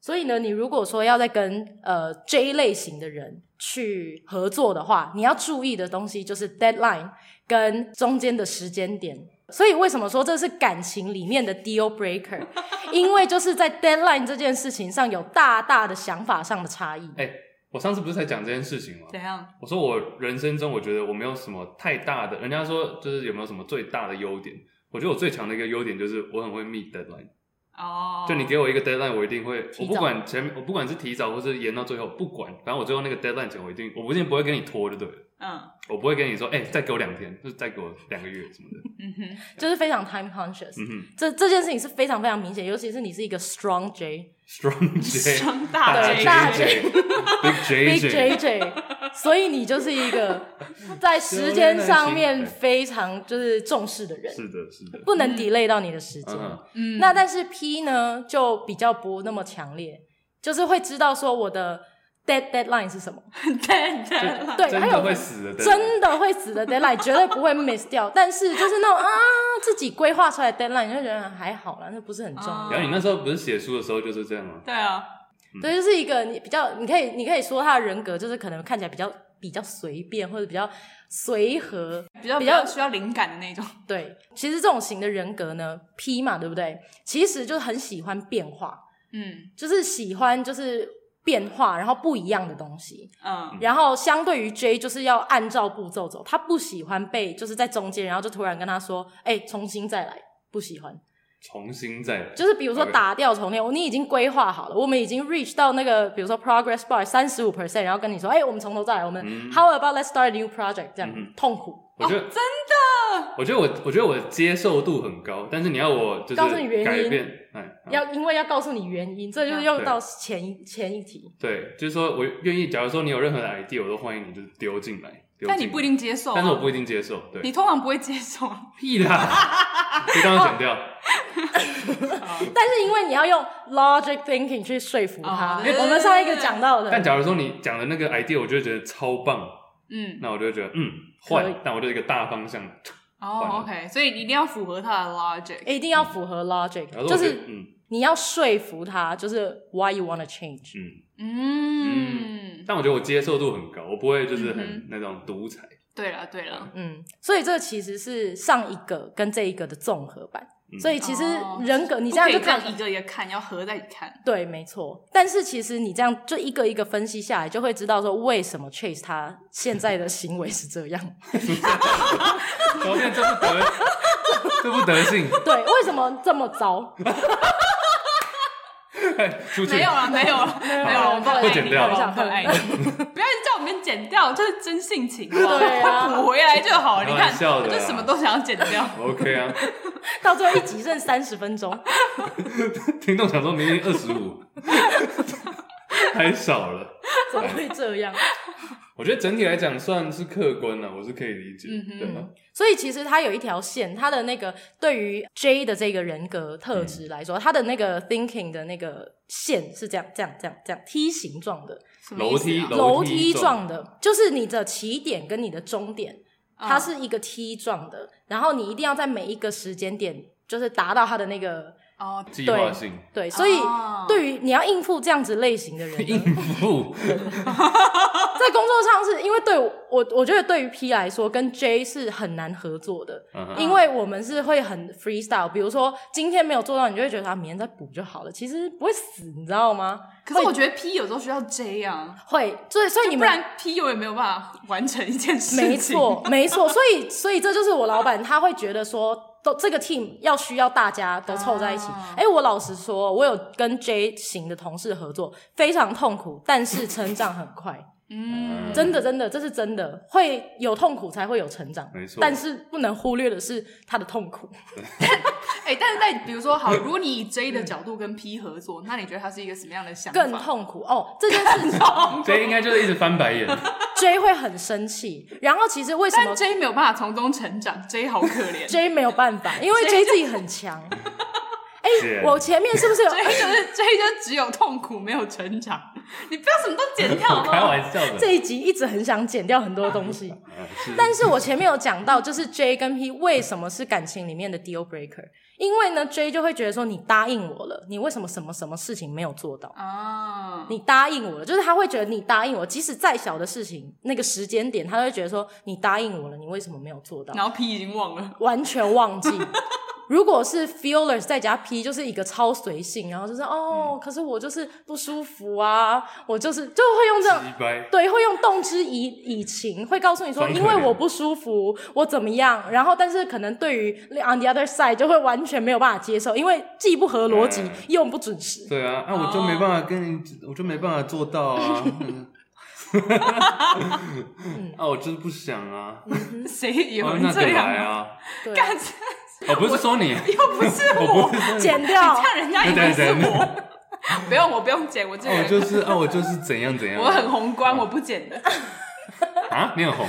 所以呢，你如果说要再跟呃 J 类型的人去合作的话，你要注意的东西就是 deadline 跟中间的时间点。所以为什么说这是感情里面的 deal breaker？因为就是在 deadline 这件事情上有大大的想法上的差异。哎、我上次不是才讲这件事情吗？怎样？我说我人生中，我觉得我没有什么太大的，人家说就是有没有什么最大的优点？我觉得我最强的一个优点就是我很会 meet deadline，、哦，就你给我一个 deadline，我一定会，提我早不管前我不管是提早或是延到最后，不管，反正我最后那个 deadline 前我一定，我一定不会跟你拖，就对了。嗯我不会跟你说，哎、再给我两天，就是再给我两个月什么的。嗯哼，就是非常 time conscious、嗯哼这这件事情是非常非常明显，尤其是你是一个 strong J ，strong J，双大对 J，大 J，Big J big J，J J，所以你就是一个在时间上面非常就是重视的人，是的，是的，不能 delay 到你的时间。嗯嗯，那但是 P 呢就比较不那么强烈，就是会知道说我的 dead deadline 是什么，对对哼，了，对，真还有的会死的，真的会死的 deadline 绝对不会 miss 掉， 但是就是那种啊自己规划出来的 deadline 你就觉得还好啦，那不是很重要。然后你那时候不是写书的时候就是这样吗？对啊，对，就是一个你比较，你可以你可以说他的人格就是可能看起来比较比较随便或者比较随和，比较比比较较需要灵感的那种，对，其实这种型的人格呢，P 嘛，对不对？其实就是很喜欢变化，嗯就是喜欢就是变化，然后不一样的东西。嗯然后相对于 J，就是要按照步骤走，他不喜欢被就是在中间，然后就突然跟他说，哎、重新再来，不喜欢。重新再来，就是比如说 OK 打掉重练，你已经规划好了，我们已经 reach 到那个比如说 progress bar 三十五 percent，然后跟你说，哎、我们从头再来，我们、嗯 how about let's start a new project 这样、嗯痛苦。我觉哦得、真的，我觉得我我觉得我接受度很高，但是你要我就是告诉你原因改变，哎，啊要因为要告诉你原因，这嗯就是又到前一前一题。对，就是说我愿意，假如说你有任何的 idea，我都欢迎你就是丢进来，丢进来但你不一，定接受啊，但哦是我不一定接受，对，你通常不会接受啊， 屁 啦，就刚刚剪掉，哦但是因为你要用 logic thinking 去说服他，哦对我们上一个讲到但的，假如说你讲的那个 idea，我就会觉得超棒，嗯，那我就会觉得嗯可以换，但我就一个大方向，换了哦，OK，所以你一定要符合他的 logic，欸一定要符合 logic，、假如说就我觉得是嗯你要说服他，就是 why you wanna change。嗯，嗯，但我觉得我接受度很高，我不会就是嗯很那种独裁，对了对了，嗯，所以这其实是上一个跟这一个的综合版。嗯所以其实哦人格，你你这样就看看一个一个看，要合在一起看，对，没错。但是其实你这样就一个一个分析下来，就会知道说为什么 Chase 他现在的行为是这样。 昨天这不 德，这不德性， 对，为什么这么糟？出去没有了没有了 没有了，我会很爱剪你，掉好不好我很 爱你，不要一直叫我们剪掉，这是真性情，好不好对啊补回来就好，开你玩看，笑的我啊就啦什么都想要剪掉。 OK 啊，到最后一集剩三十分钟，听众想说明明二十五，太少了。怎么会这样？我觉得整体来讲算是客观了、啊我是可以理解，嗯哼对吧？啊所以其实他有一条线，他的那个对于 J 的这个人格特质来说，他的那个 thinking 的那个线是这样、这样、这样、这样梯形状的。什么意思楼啊梯楼梯梯状状的，就是你的起点跟你的终点，嗯它是一个梯状的，然后你一定要在每一个时间点，就是达到它的那个哦，计划性 对，所以哦对于你要应付这样子类型的 人呢，应付，在工作上是因为对我，我我觉得对于 P 来说，跟 J 是很难合作的。嗯啊哼因为我们是会很 freestyle，比如说今天没有做到，你就会觉得啊，明天再补就好了。其实不会死，你知道吗？可是我觉得 P 有时候需要 J 啊，会，所以所以你不们然 P 永远没有办法完成一件事情。没错，没错。所以， 所以这就是我老板他会觉得说，都这个 team 要需要大家都凑在一起。啊哎、我老实说，我有跟 J 型的同事合作，非常痛苦，但是成长很快。啊嗯，真的，真的，这是真的，会有痛苦才会有成长。没错但是不能忽略的是他的痛苦。 哎、但是在比如说，好，如果你以 J 的角度跟 P 合作，那你觉得他是一个什么样的想法？更痛苦哦，这件事情所以应该就是一直翻白眼， J 会很生气。然后其实为什么但 J 没有办法从中成长，J 好可 怜 J 没有办 法，因为 J 自己很强。哎、是我前面是不 是有，J 就是 J 就只有痛苦没有成长，你不要什么都剪掉我好不 开好？玩笑的。这一集一直很想剪掉很多东西？啊 是但是我前面有讲到，就是 J 跟 P 为什么是感情里面的 deal breaker？因为呢，J 就会觉得说你答应我了，你为什么什么什么事情没有做到？啊，你答应我了，就是他会觉得你答应我，即使再小的事情，那个时间点，他都会觉得说你答应我了，你为什么没有做到？然后 P 已经忘了，完全忘 记。如果是 feelers 再加 P，就是一个超随性，然后就是哦，嗯可是我就是不舒服啊，我就是就会用这种鸡掰，对，会用动之以以情，会告诉你说，装可因为怜我不舒服，我怎么样。然后，但是可能对于 on the other side 就会完全没有办法接受，因为既不合逻辑嗯，又不准时。啊 对啊，那、我就没办法跟你，我就没办法做到啊。嗯啊，我就是不想啊，谁有哦人那这就样来？啊！对，干这我不是说你，又不是我我不，是说剪掉你，看人家以为是我。 不用，我不用剪，我这你，啊，个人我就是啊，我就是怎样怎样，我很宏观，我不剪的，啊，你很红，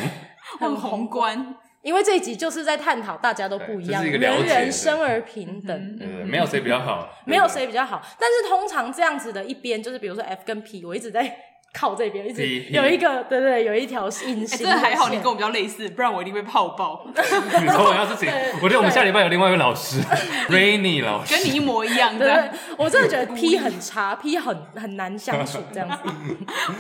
我很宏观。因为这一集就是在探讨大家都不一样，对这是一个了解人人生而平等。对对呃对，没有谁比较好，嗯没有谁比较好，但是通常这样子的一边就是，比如说 F 跟 P，我一直在 靠这边，一直 P 有一个对对，有一条隐哎，形真的的还好，你线跟我比较类似，不然我一定被泡爆，对。 你说我要是请，我觉得我们下礼拜有另外一位老 师，Rainy 老师，跟你一模一样对对的。，我真 的觉得 P 很差，P 很很难相处这样子。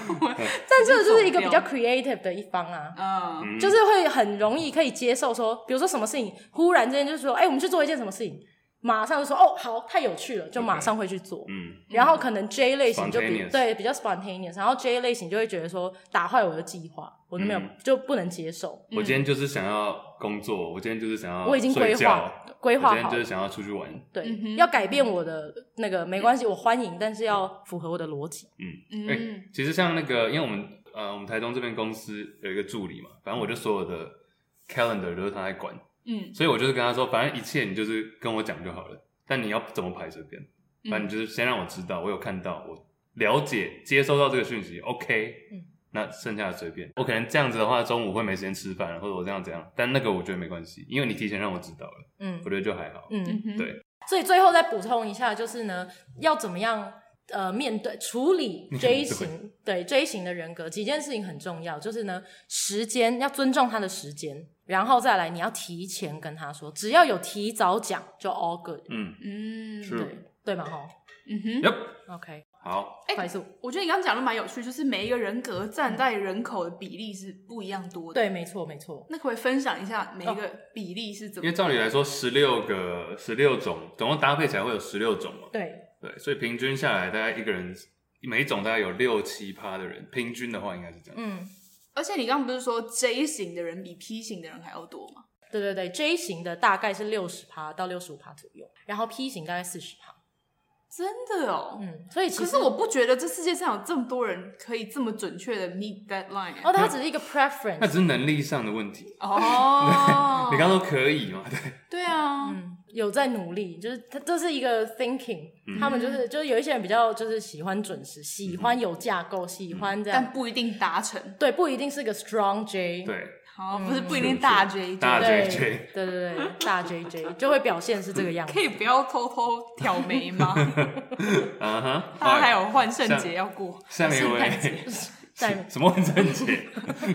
但这个就是一个比较 creative 的一方啊，嗯，就是会很容易可以接受说，比如说什么事情，忽然之间就是说，哎、我们去做一件什么事情，马上就说哦，好，太有趣了，就马上会去做。嗯，然后可能 J 类型就比 Spontaneous 对比较 spontaneous，然后 J 类型就会觉得说打坏我的计划，我都没有、嗯就不能接受。我今天就是想要工作，我今天就是想要，嗯我已经规划，规我划今天好就了是，想要出去玩，对，嗯哼要改变我的那个没关系，我欢迎，但是要符合我的逻辑。嗯，嗯哎、其实像那个，因为我们呃，我们台中这边公司有一个助理嘛，反正我就所有的 calendar 都是他在管，嗯所以我就是跟他说，反正一切你就是跟我讲就好了，但你要怎么排随便，嗯反正你就是先让我知道，我有看到，我了解，接收到这个讯息，OK，嗯那剩下的随便。我可能这样子的话，中午会没时间吃饭，或者我这样怎样，但那个我觉得没关系，因为你提前让我知道了，嗯我觉得就还好。嗯，哼对，所以最后再补充一下，就是呢，要怎么样呃面对处理 J 型对 J 型的人格，几件事情很重要，就是呢时间要尊重他的时间，然后再来你要提前跟他说，只要有提早讲就 all good，嗯，嗯，是对对嘛吼嗯哼。 yep， ，OK，好，哎快速我觉得你刚刚讲的蛮有趣，就是每一个人格占在人口的比例是不一样多的。对，哦没错没错，那可不可以分享一下每一个比例是怎因么？为照理来说，十六个十六种，总共搭配起来会有十六种嘛。对，对，所以平均下来，大概一个人每一种大概有六七趴的人，平均的话应该是这样。嗯。而且你刚刚不是说 J 型的人比 P 型的人还要多吗？对对对，J 型的大概是六十趴到六十五趴左右，然后 P 型大概四十趴。真的哦。嗯，所以其可实是我不觉得这世界上有这么多人可以这么准确的 meet that line 哎、哦，它只是一个那 preference。只是能力上的问题。啊哦 你刚刚说可以嘛？对，对啊，嗯，有在努力，就是他这是一个 thinking，、他们嗯就是就是有一些人比较就是喜欢准时，喜欢有架构，喜欢这样，但不一定达成。对，不一定是个 strong J，对，好，不嗯是不一定大是 J，大对对 JJ 对对对，大 J J 就会表现是这个样 子可。以不要偷偷挑眉 吗？啊哈。大哦家还好有万圣节要过，下面一圣诞节位，在 什么万圣节？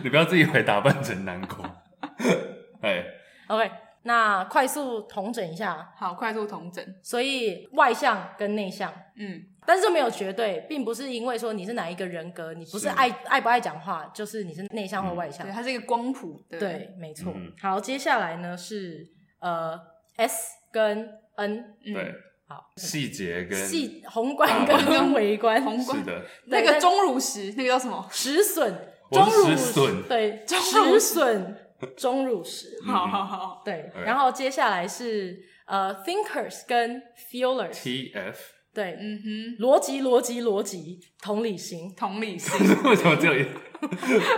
你不要自己以为打扮成南宫。 哎， OK，那快速统整一下，好，快速同整。所以外向跟内向，嗯但是这没有绝对，并不是因为说你是哪一个人格，你不是是爱爱不爱讲话，就是你是内向或外向。对，它是一个光谱的。对，没错。嗯好，接下来呢是呃 S 跟 N 嗯对，好，细节跟是系宏观跟微观，宏观的，对那个钟乳石，那个叫什么？石笋、我钟是乳石笋对，钟乳石笋、钟乳石，嗯好好好，对。 OK 然后接下来是呃 thinkers 跟 feelers， TF。对，嗯哼，逻辑、逻辑、逻辑，同理心，同理心，为什么只有一？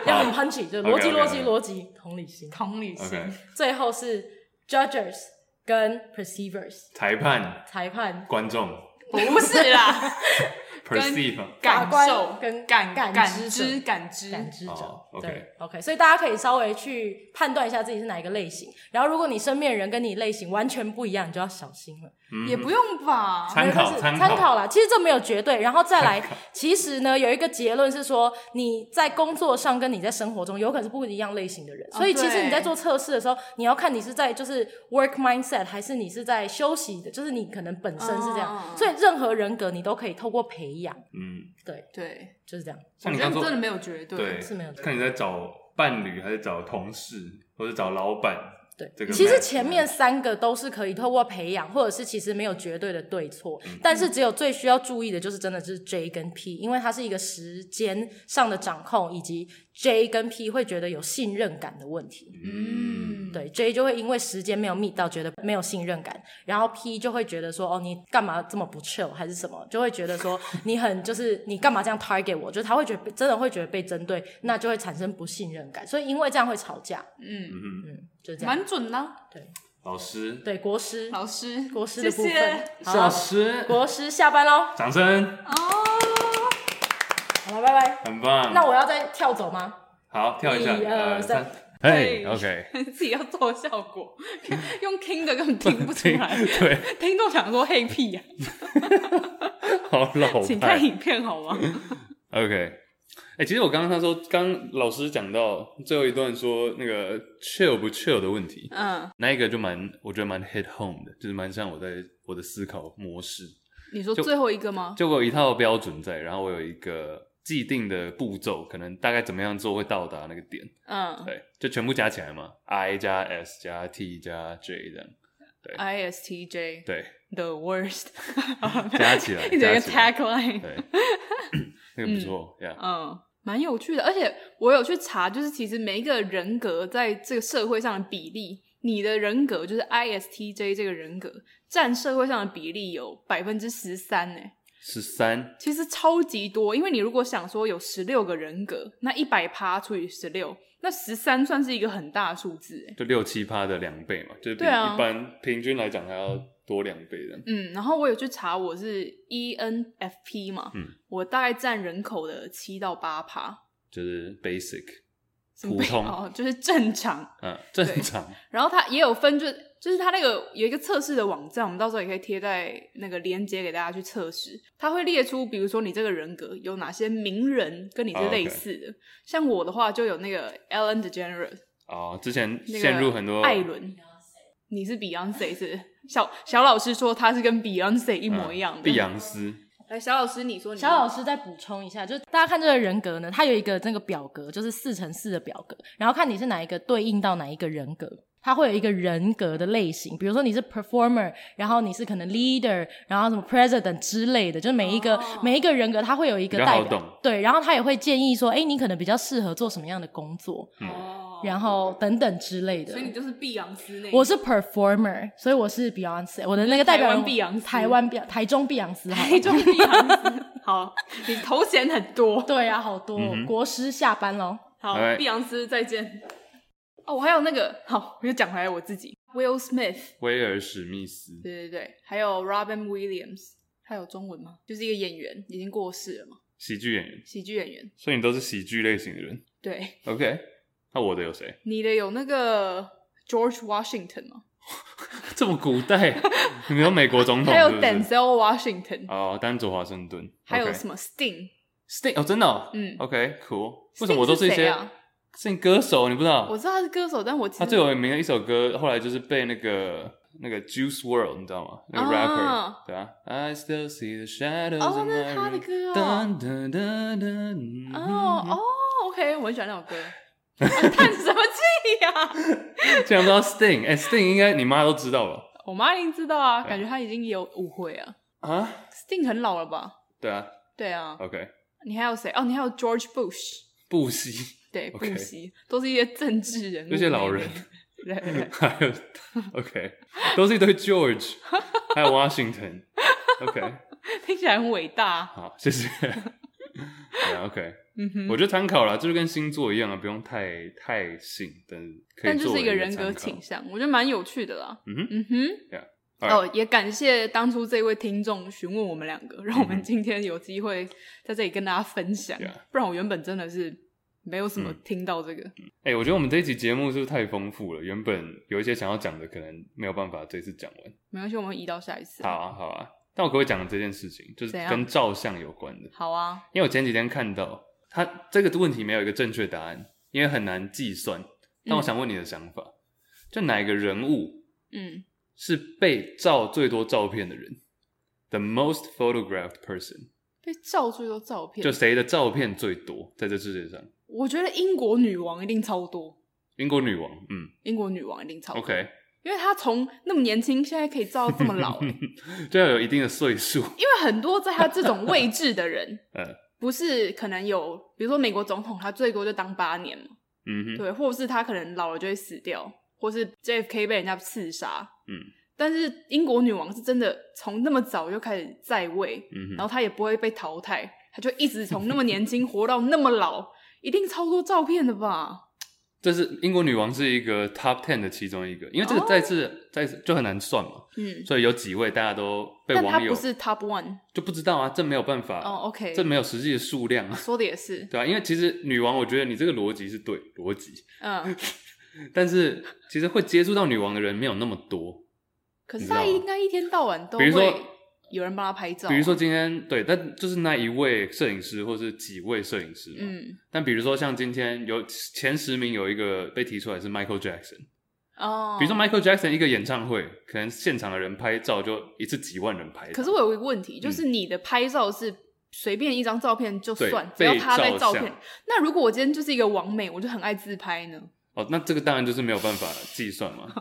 要很 punchy，就逻 OK，OK，OK 辑、逻辑、逻辑，同理心。同理 OK，心，最后是 judges 跟 perceivers 裁判、裁判观众、不是啦， perceive 啊感受法官跟感感知感者知感知，感知者。哦，OK 对，OK，所以大家可以稍微去判断一下自己是哪一个类型。然后，如果你身边的人跟你类型完全不一样，你就要小心了。也不用吧？嗯参但考是参参考啦，其实这没有绝对。然后再来，其实呢有一个结论是说，你在工作上跟你在生活中有可能是不一样类型的人。哦所以其实你对在做测试的时候，你要看你是在就是 work mindset 还是你是在休息的，就是你可能本身是这样。哦所以任何人格你都可以透过培养，嗯，对，就是这样。像你我觉刚得说真的没有绝对，是没有错看你在找伴侣还是找同事，或者找老板。对，这个其实 match 前面三个都是可以透过培养，或者是其实没有绝对的对错，嗯但是只有最需要注意的就是真的是 J 跟 P，因为它是一个时间上的掌控以及 J 跟 P 会觉得有信任感的问题。嗯，对，J 就会因为时间没有密到，觉得没有信任感，然后 P 就会觉得说，哦，你干嘛这么不 chill 还是什么，就会觉得说你很就是你干嘛这样 target 我，就是他会觉得真的会觉得被针对，那就会产生不信任感，所以因为这样会吵架，嗯，嗯，就是这样。蛮准的，老师，对，国师，老师，国师谢的部谢。分，是好老了，师，国师下班喽，掌声，哦，好了，拜拜。很棒。那我要再跳走吗？好，跳一下，呃一二三，嘿，OK， 自己要做效果，用听的根本听不出来。嗯 对，听众想说嘿屁呀、好老 请派看。影片好吗？ OK，哎、其实我刚刚他说，刚老师讲到最后一段说那个 chill 不 chill 的问题，嗯，那一个就蛮，我觉得蛮 hit home 的，就是蛮像我在我的思考模式。你说就最后一个吗？就我有一套标准在，然后我有一个既定的步骤，可能大概怎么样做会到达那个点，嗯对，就全部加起来嘛，I 加 S 加 T 加 J 这样， ，ISTJ 对， the worst， 加起来 一整加个起来 tagline，对，那个不错，呀、嗯，蛮有趣的。而且我有去查，就是其实每一个人格在这个社会上的比例，你的人格就是 ISTJ 这个人格占社会上的比例有百分之十三欸呢，十三，其实超级多。因为你如果想说有十六个人格，那一百趴除以十六，那十三算是一个很大的数字哎。就六七趴的两倍嘛，就是比对啊一般平均来讲还要多两倍这样。嗯，然后我有去查，我是 E ENFP 嘛，嗯我大概占人口的七到八趴，就是 basic，什么普被通哦，就是正常。嗯，正常，然后它也有分，就就是它那个有一个测试的网站，我们到时候也可以贴在那个链接给大家去测试。它会列出，比如说你这个人格有哪些名人跟你哦是类似的。像我的话，就有那个 Ellen DeGeneres，哦，之前那个陷入很多艾伦，你是 Beyonce 是不是小小老师说他是跟 Beyonce 一模一样的。碧昂斯，来，小老师你说你小老师再补充一下，就是大家看这个人格呢，它有一个那个表格，就是四乘四的表格，然后看你是哪一个对应到哪一个人格，它会有一个人格的类型，比如说你是 performer，然后你是可能 leader，然后什么 president 之类的，就是每一个、哦每一个人格它会有一个比较好代表懂，对，然后他也会建议说，哎，你可能比较适合做什么样的工作，嗯哦，然后等等之类的所以。你就是碧昂斯那一我是 performer，所以我是 Beyonce，我的那个代表人台湾碧昂斯台湾碧昂台中碧昂斯，好吧台中 Beyonce，好，你头衔很多。 对啊，好多、嗯哦哼国师下班喽。好， Alright 碧昂斯再见。哦，我还有那个，好，我就讲回来我自己，Will Smith，威尔史密斯，对对对，还有 Robin Williams，他有中文吗？就是一个演员，已经过世了嘛，喜剧演员，喜剧演员。所以你都是喜剧类型的人。对， OK，那我的有谁？ 你的有那个 George Washington 吗？这么古 代，你嗯们有美国总统还有是不是？ Denzel Washington，哦，丹泽华盛顿，还有 OK 什么 Sting？ Sting 哦，真的、哦，嗯，OK，cool。为 Sting 什么我都一是谁些啊 Sting 歌手？你不知道？我知道他是歌手，但我其他实哦最有名的一首歌，后来就是被那个那个 Juice World，你知道吗？那个 rapper，、啊对啊，I still see the shadows 哦 in 那 my 是他的歌 room 哦噔噔噔噔哦哦，OK，我很喜欢那首歌。 啊叹什么气呀、竟然不知道 Sting，哎、s t i n g 应该你妈都知道吧？我妈一定知道啊，对啊感觉她已经有误会啊。啊， Sting 很老了吧？对啊对啊， ，OK，你还有谁？哦，你还有 George Bush，布希，对，布 OK 希都是一些政治人物，这些老人，对，对还有 OK，都是一堆 George，还有 Washington，OK，对听起来很伟大。好，谢谢。对啊，OK，嗯哼，我觉得参考啦，就是跟星座一样啊，不用太太信，但是可以但就作为是一一个个人格参考倾向，我觉得蛮有趣的啦。嗯哼嗯哼 Yeah，哦，也感谢当初这位听众询问我们两个，让我们今天有机会在这里跟大家分享嗯 Yeah。不然我原本真的是没有什么嗯听到这个。哎、我觉得我们这一期节目是不是太丰富了？原本有一些想要讲的，可能没有办法这次讲完。没关系，我们移到下一次。好，啊，好啊。但我可不可以讲这件事情，就是怎样跟照相有关的？好啊，因为我前几天看到他这个问题没有一个正确答案，因为很难计算。但我想问你的想法，就哪个人物嗯，是被照最多照片的人？The most photographed person，被照最多照片，就谁的照片最多在这世界上？我觉得英国女王一定超多，英国女王，嗯英国女王一定超多。 ，OK，因为她从那么年轻，现在可以照 到这么老、欸，因就要有一定的岁数，为很多在她这种位置的人， 嗯，不是可能有，比如说美国总统他最多就当八年嘛，嗯哼，对，或者是他可能老了就会死掉，或是 JFK 被人家刺杀，嗯。但是英国女王是真的从那么早就开始在位，嗯然哼，后她也不会被淘汰，她就一直从那么年轻活到那么老， 一定超多照片的吧？这是英国女王是一个 top ten 的其中一个，因为这哦个再次再次就很难算嘛，嗯，所以有几位大家都被但她网友不是 Top One 就不知道啊，这没有办法，哦，OK，这没有实际的数 量啊，说的也是，对啊，因为其实女王，我觉得你这个逻辑是对逻辑， 嗯，但是其实会接触到女王的人没有那么多，可是你知道她吗应该一天到晚都比如说会有人帮她拍照，比如说，今天对，但就是那一位摄影师或是几位摄影师嘛，嗯，但比如说像今天有前十名有一个被提出来是 Michael Jackson，、哦，比如说 Michael Jackson 一个演唱会，可能现场的人拍照就一次几万人拍照，可是我有一个问题，就是你的拍照是随便一张照片就嗯对算，只被要他在照照相片。那如果我今天就是一个网美，我就很爱自拍呢？哦，那这个当然就是没有办法计算嘛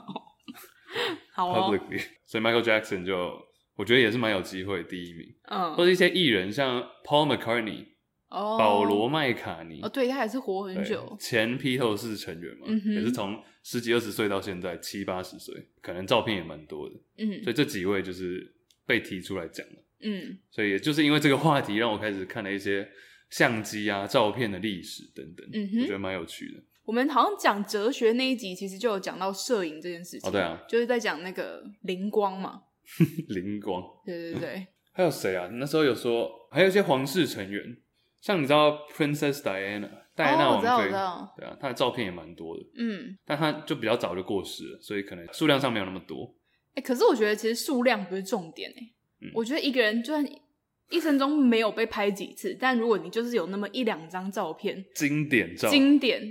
好 哦， ，publicly，所以 Michael Jackson 就我觉得也是蛮有机会第一名，或嗯，者一些艺人像 Paul McCartney、哦，保罗麦卡尼哦，，对他也是活很对久，前披头士成员嘛，嗯哼也是从十几二十岁到现在七八十岁，可能照片也蛮多的，嗯所以这几位就是被提出来讲的。嗯，所以也就是因为这个话题，让我开始看了一些相机啊、照片的历史等等，嗯哼我觉得蛮有趣的。 我们好像讲哲学那一集，其实就有讲到摄影这件事情，哦对啊就是在讲那个灵光嘛，灵光对对对，还有谁啊？那时候有说还有一些皇室成员，像你知道 Princess Diana 戴安娜哦我知王道我妃，知道，对啊，她的照片也蛮多的，嗯，但她就比较早就过世了，所以可能数量上没有那么多。哎，可是我觉得其实数量不是重点哎嗯，我觉得一个人就算一生中没有被拍几次，但如果你就是有那么一两张照片，经典照，经典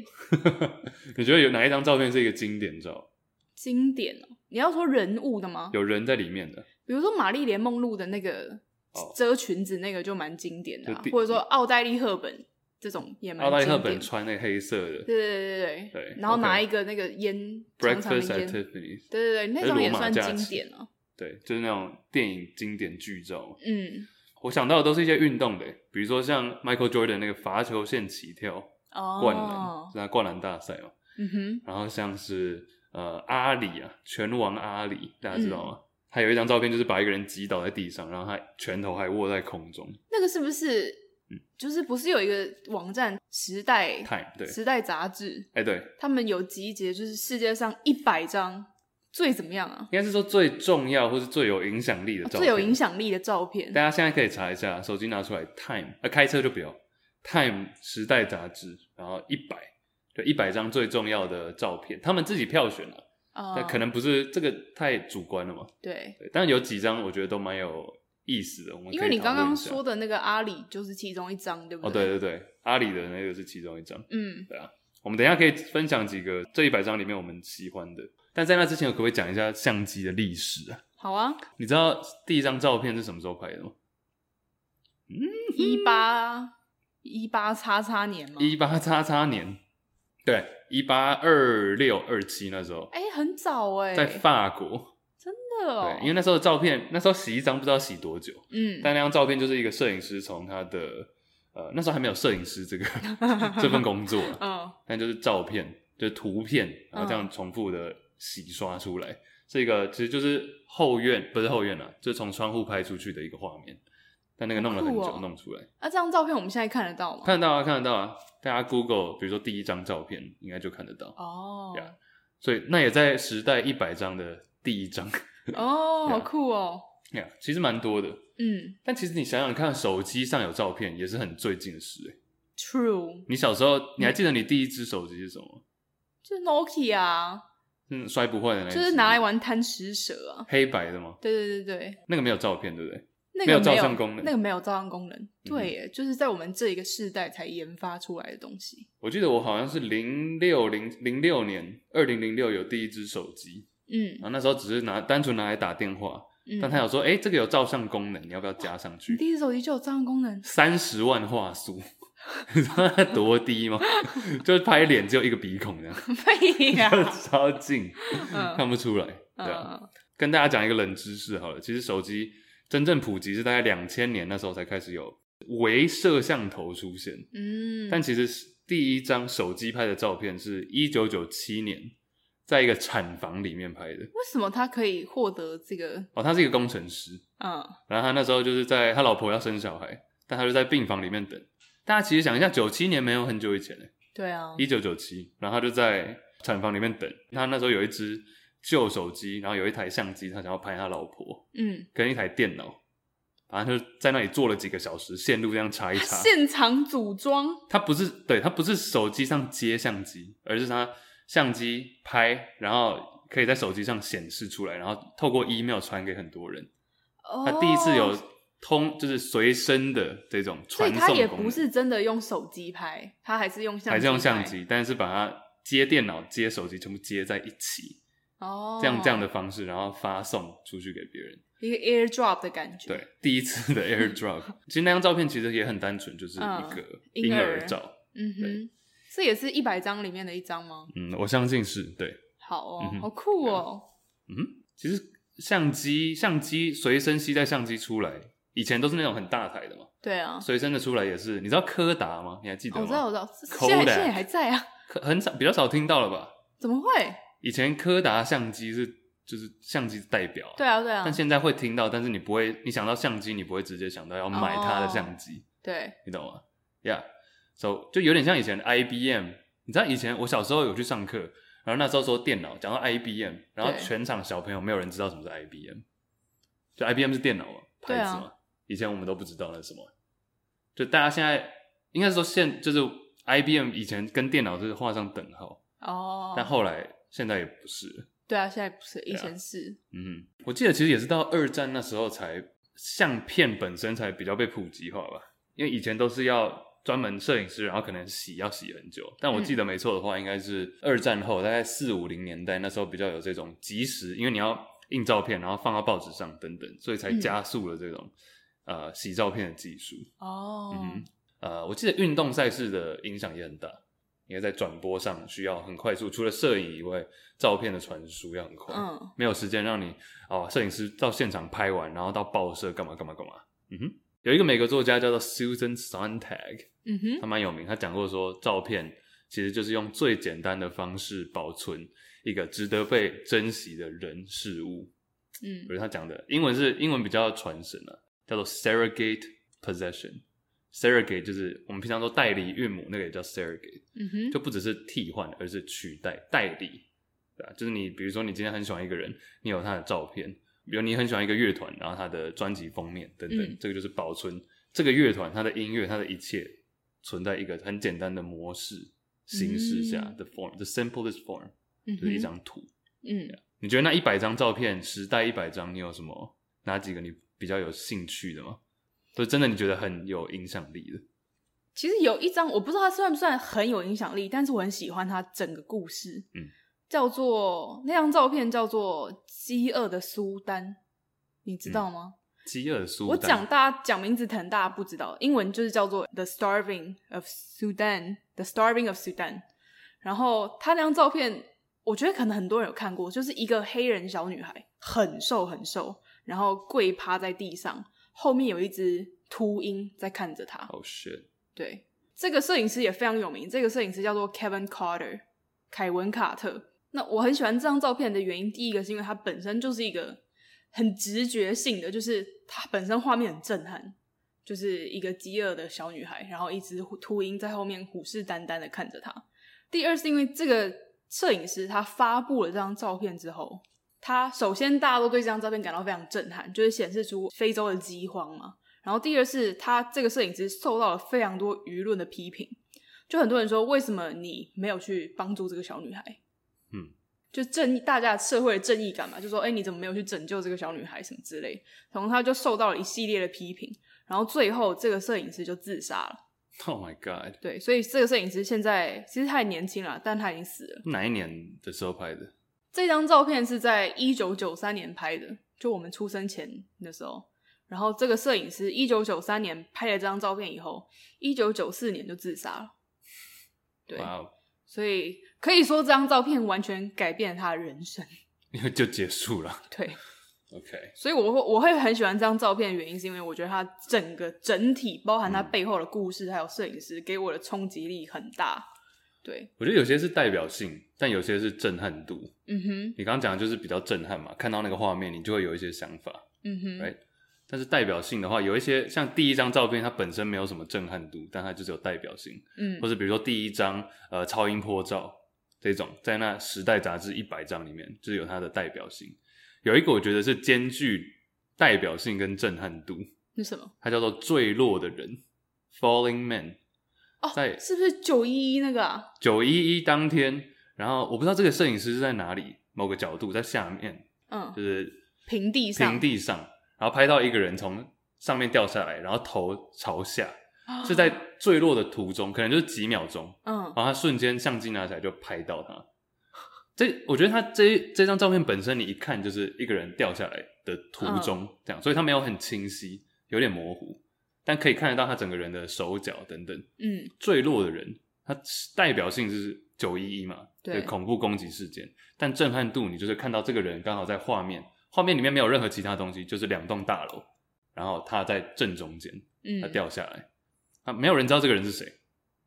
你觉得有哪一张照片是一个经典照？经典哦。你要说人物的吗？有人在里面的，比如说玛丽莲梦露的那个哦遮裙子那个就蛮经典的、啊就第，或者说奥黛丽赫本这种也蛮奥黛丽经赫典。本穿那个黑色的对对对对对然后 OK 拿一个那个烟长长的 Breakfast at 烟，对 Tiffany's，对对，那是张罗也马算假经期典啊。对，就是那种电影经典剧照嘛。嗯，我想到的都是一些运动的，比如说像 Michael Jordan 那个罚球线起跳灌篮，哦，是他灌篮大赛嘛。嗯哼，然后像是呃阿里啊，拳王阿里，大家知道嗯吗？他有一张照片，就是把一个人击倒在地上，然后他拳头还握在空中。那个是不是嗯就是不是有一个网站《时代 Time 对，时代》杂志，哎对，应他们有集结，就是世界上一百张最怎么样啊？该是说最重要或是最有影响力的照片，哦最有影响力的照片大。家现在可以查一下，手机拿出来，Time，呃，开车就不要，Time 时代杂志，然后一百，就一百张最重要的照片，他们自己票选了、啊那、可能不是这个太主观了嘛，对，对，但有几张我觉得都蛮有意思的，我们可以因为你讨刚论刚一下说的那个阿里就是其中一张，对不哦，对对对，阿里的那个是其中一张，嗯，我们等一下可以分享几个这一百张里面我们喜欢的，但在那之前，我可不可以讲一下相机的历史啊？好啊，你知道第一张照片是什么时候拍的吗？一八一八叉叉年嘛，一八叉叉年，对，一八二六二七那时候，哎，很早哎，在法国，真的哦对，因，为那时候的照片，那时候洗一张不知道洗多久，嗯但那张照片就是一个摄影师从他的呃那时候还没有摄影师 这个这份工作啊，嗯，但就是照片，就是图片，然后这样重复的洗刷出来，这个其实就是后院不是后院啊，就是从窗户拍出去的一个画面，但那个弄了很好久、酷哦弄出来，那这张照片我们现在看得到吗？看得到啊看得到啊，大家 Google 比如说第一张照片应该就看得到。哦呀所以那也在时代一百张的第一张， 哦， Yeah 好酷哦，呀，其实蛮多的。嗯但其实你想想看，手机上有照片也是很最近的事、欸。 ，True，你小时候，嗯你还记得你第一只手机是什么吗？就是 Nokia，啊嗯，摔不坏的那一只就是拿来玩贪食蛇啊，黑白的吗？对对对对，那个没有照片，对不对？那没个有照相功能嗯那个没有照相功能，对耶，就是在我们这一个世代才研发出来的东西，我记得我好像是零六零零六年，二零零六有第一只手机，嗯然后那时候只是拿单纯拿来打电话，嗯，哦但他有说，哎、这个有照相功能，你要不要加上去你？第一只手机就有照相功 能， 三十万画素，你知道它多低吗？ 就是拍脸只有一个鼻孔这样。对 呀、超近，嗯看不出来。对啊，嗯，跟大家讲一个冷知识好了，其实手机真正普及是大概两千年那时候才开始有为摄像头出现，嗯，但其实是第一张手机拍的照片是一九九七年在一个产房里面拍的。为什么他可以获得这个？哦，他是一个工程师，嗯，然后他那时候就是在他老婆要生小孩，但他就在病房里面等。大家其实想一下，九七年没有很久以前嘞，对啊，一九九七，然后他就在产房里面等。他那时候有一只旧手机，然后有一台相机，他想要拍他老婆嗯，跟一台电脑，反正就在那里坐了几个小时，线路这样查一查。现场组装，它不是对，它不是手机上接相机，而是它相机拍，然后可以在手机上显示出来，然后透过 email 传给很多人。它第一次有哦，通，就是随身的这种所传以送他也功能不是真的用手机拍，他还是用相还是用相拍机，但是把它接电脑、接手机全部接在一起，哦，这样这样的方式，然后发送出去给别人。一个 airdrop 的感觉，对，第一次的 AirDrop，其实那张照片其实也很单纯，就是一嗯个婴婴儿儿照。嗯哼，这也是一百张里面的一张吗？嗯，我相信是对。好哦嗯，哼好酷哦，嗯，其实相机相机随身携带相机出来，以前都是那种很大台的嘛，对啊，随身的出来也是。你知道柯达吗？你还记得哦吗？我知道我知道， Kodak 现在现在也还在啊，柯很少比较少听到了吧？怎么会？以前柯达相机是就是相机代表、对。啊对啊但，现在会听到，但是你不会，你想到相机，你不会直接想到哦要买它的相机对，你懂吗？Yeah，so 就有点像以前的 IBM，你知道以前我小时候有去上课，然后那时候说电脑，讲到 IBM，然后对全场小朋友没有人知道什么是 IBM，就 IBM 是电脑嘛，牌对啊子嘛，以前我们都不知道那是什么，就大家现在应该是说现就是 IBM 以前跟电脑是画上等号，哦，但后来现在也不是了，对啊，现在不是以对啊前是，嗯，我记得其实也是到二战那时候才相片本身才比较被普及化吧，因为以前都是要专门摄影师，然后可能洗要洗很久。但嗯我记得没错的话，应该是二战后大概四五零年代那时候比较有这种即时，因为你要印照片，然后放到报纸上等等，所以嗯才加速了这种、呃洗照片的技术。哦，嗯哼，呃，我记得运动赛事的影响也很大。因为在转播上需要很快速，除了摄影以外，照片的传输要很快。嗯，没有时间让你哦，摄影师到现场拍完，然后到报社干嘛干嘛干嘛。嗯哼，有一个美国作家叫做 Susan Sontag，嗯哼，他蛮有名，他讲过说，照片其实就是用最简单的方式保存一个值得被珍惜的人事物。嗯比如他讲的英文是英文比较传神啊，叫做 surrogate possession。surrogate 就是我们平常说代理孕母，那个也叫 surrogate。嗯哼，就不只是替换，而是取代、代理，对吧？就是你，比如说你今天很喜欢一个人，你有他的照片；，比如你很喜欢一个乐团，然后他的专辑封面等等，嗯这个就是保存这个乐团它的音乐、它的一切存在一个很简单的模式形式下嗯的 form，the、simplest form 嗯就是一哼，张图。嗯，你觉得那一百张照片，时代一百张，你有什么哪几个你比较有兴趣的吗？就真的你觉得很有影响力的？其实有一张我不知道它算不算很有影响力，但是我很喜欢它整个故事。嗯，叫做那张照片叫做《饥饿的苏丹》，你嗯知道吗？饥饿的苏我丹讲大家讲名字可能大家不知道，英文就是叫做《The Starving of Sudan》，《The Starving of Sudan》。然后他那张照片，我觉得可能很多人有看过，就是一个黑人小女孩，很瘦很瘦，然后跪趴在地上，后面有一只秃鹰在看着她。 ，Oh shit，对，这个摄影师也非常有名，这个摄影师叫做 Kevin Carter，凯文·卡特。那我很喜欢这张照片的原因，第一个是因为它本身就是一个很直觉性的，就是它本身画面很震撼，就是一个饥饿的小女孩，然后一只秃鹰在后面虎视眈眈的看着她。第二是因为这个摄影师他发布了这张照片之后，他首先大家都对这张照片感到非常震撼，就是显示出非洲的饥荒嘛。然后第二是他这个摄影师受到了非常多舆论的批评，就很多人说为什么你没有去帮助这个小女孩？嗯，就正义大家社会的正义感嘛，就说哎、你怎么没有去拯救这个小女孩什么之类，然后他就受到了一系列的批评，然后最后这个摄影师就自杀了。 Oh my god！对，所以这个摄影师现在其实他也年轻了，但他已经死了。哪一年的时候拍的？这张照片是在一九九三年拍的，就我们出生前的时候。然后这个摄影师一九九三年拍了这张照片以后，一九九四年就自杀了。对哇哦， 所以可以说这张照片完全改变了他的人生。因为就结束了。 对， OK，所以我会我会很喜欢这张照片的原因，是因为我觉得它整个整体，包含它背后的故事，还有摄影师给我的冲击力很大。对，我觉得有些是代表性，但有些是震撼度。嗯哼，你刚刚讲的就是比较震撼嘛，看到那个画面，你就会有一些想法。嗯哼 Right 但是代表性的话，有一些像第一张照片，它本身没有什么震撼度，但它就是有代表性，嗯或，者比如说第一张呃超音波照这种，在那《时代》杂志一百张里面，就是有它的代表性。有一个我觉得是兼具代表性跟震撼度，是什么？它叫做《坠落的人》（Falling Man）。哦在是不是九一一那个啊？九一一当天，然后我不知道这个摄影师是在哪里，某个角度在下面，嗯就，是平地上，平地上，然后拍到一个人从上面掉下来，然后头朝下，是在坠落的途中，可能就是几秒钟，嗯然后他瞬间相机拿起来就拍到他。这我觉得他这这张照片本身，你一看就是一个人掉下来的途中、这样，所以他没有很清晰，有点模糊，但可以看得到他整个人的手脚等等。嗯坠落的人，他代表性就是九一一嘛，对恐怖攻击事件。但震撼度，你就是看到这个人刚好在画面，画面里面没有任何其他东西，就是两栋大楼，然后他在正中间，他嗯，掉下来，啊，没有人知道这个人是谁，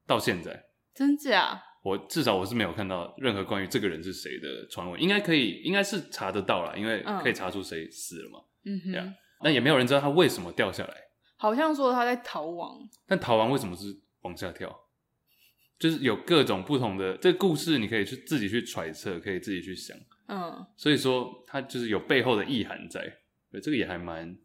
到现在。真假？我至少我是没有看到任何关于这个人是谁的传闻，应该可以，应该是查得到啦，因为嗯可以查出谁死了嘛。嗯哼 Yeah 那、也没有人知道他为什么掉下来，好像说他在逃亡，但逃亡为什么是往下跳？就是有各种不同的这个故事，你可以去自己去揣测，可以自己去想。嗯所以说，它就是有背后的意涵在。对，这个也还蛮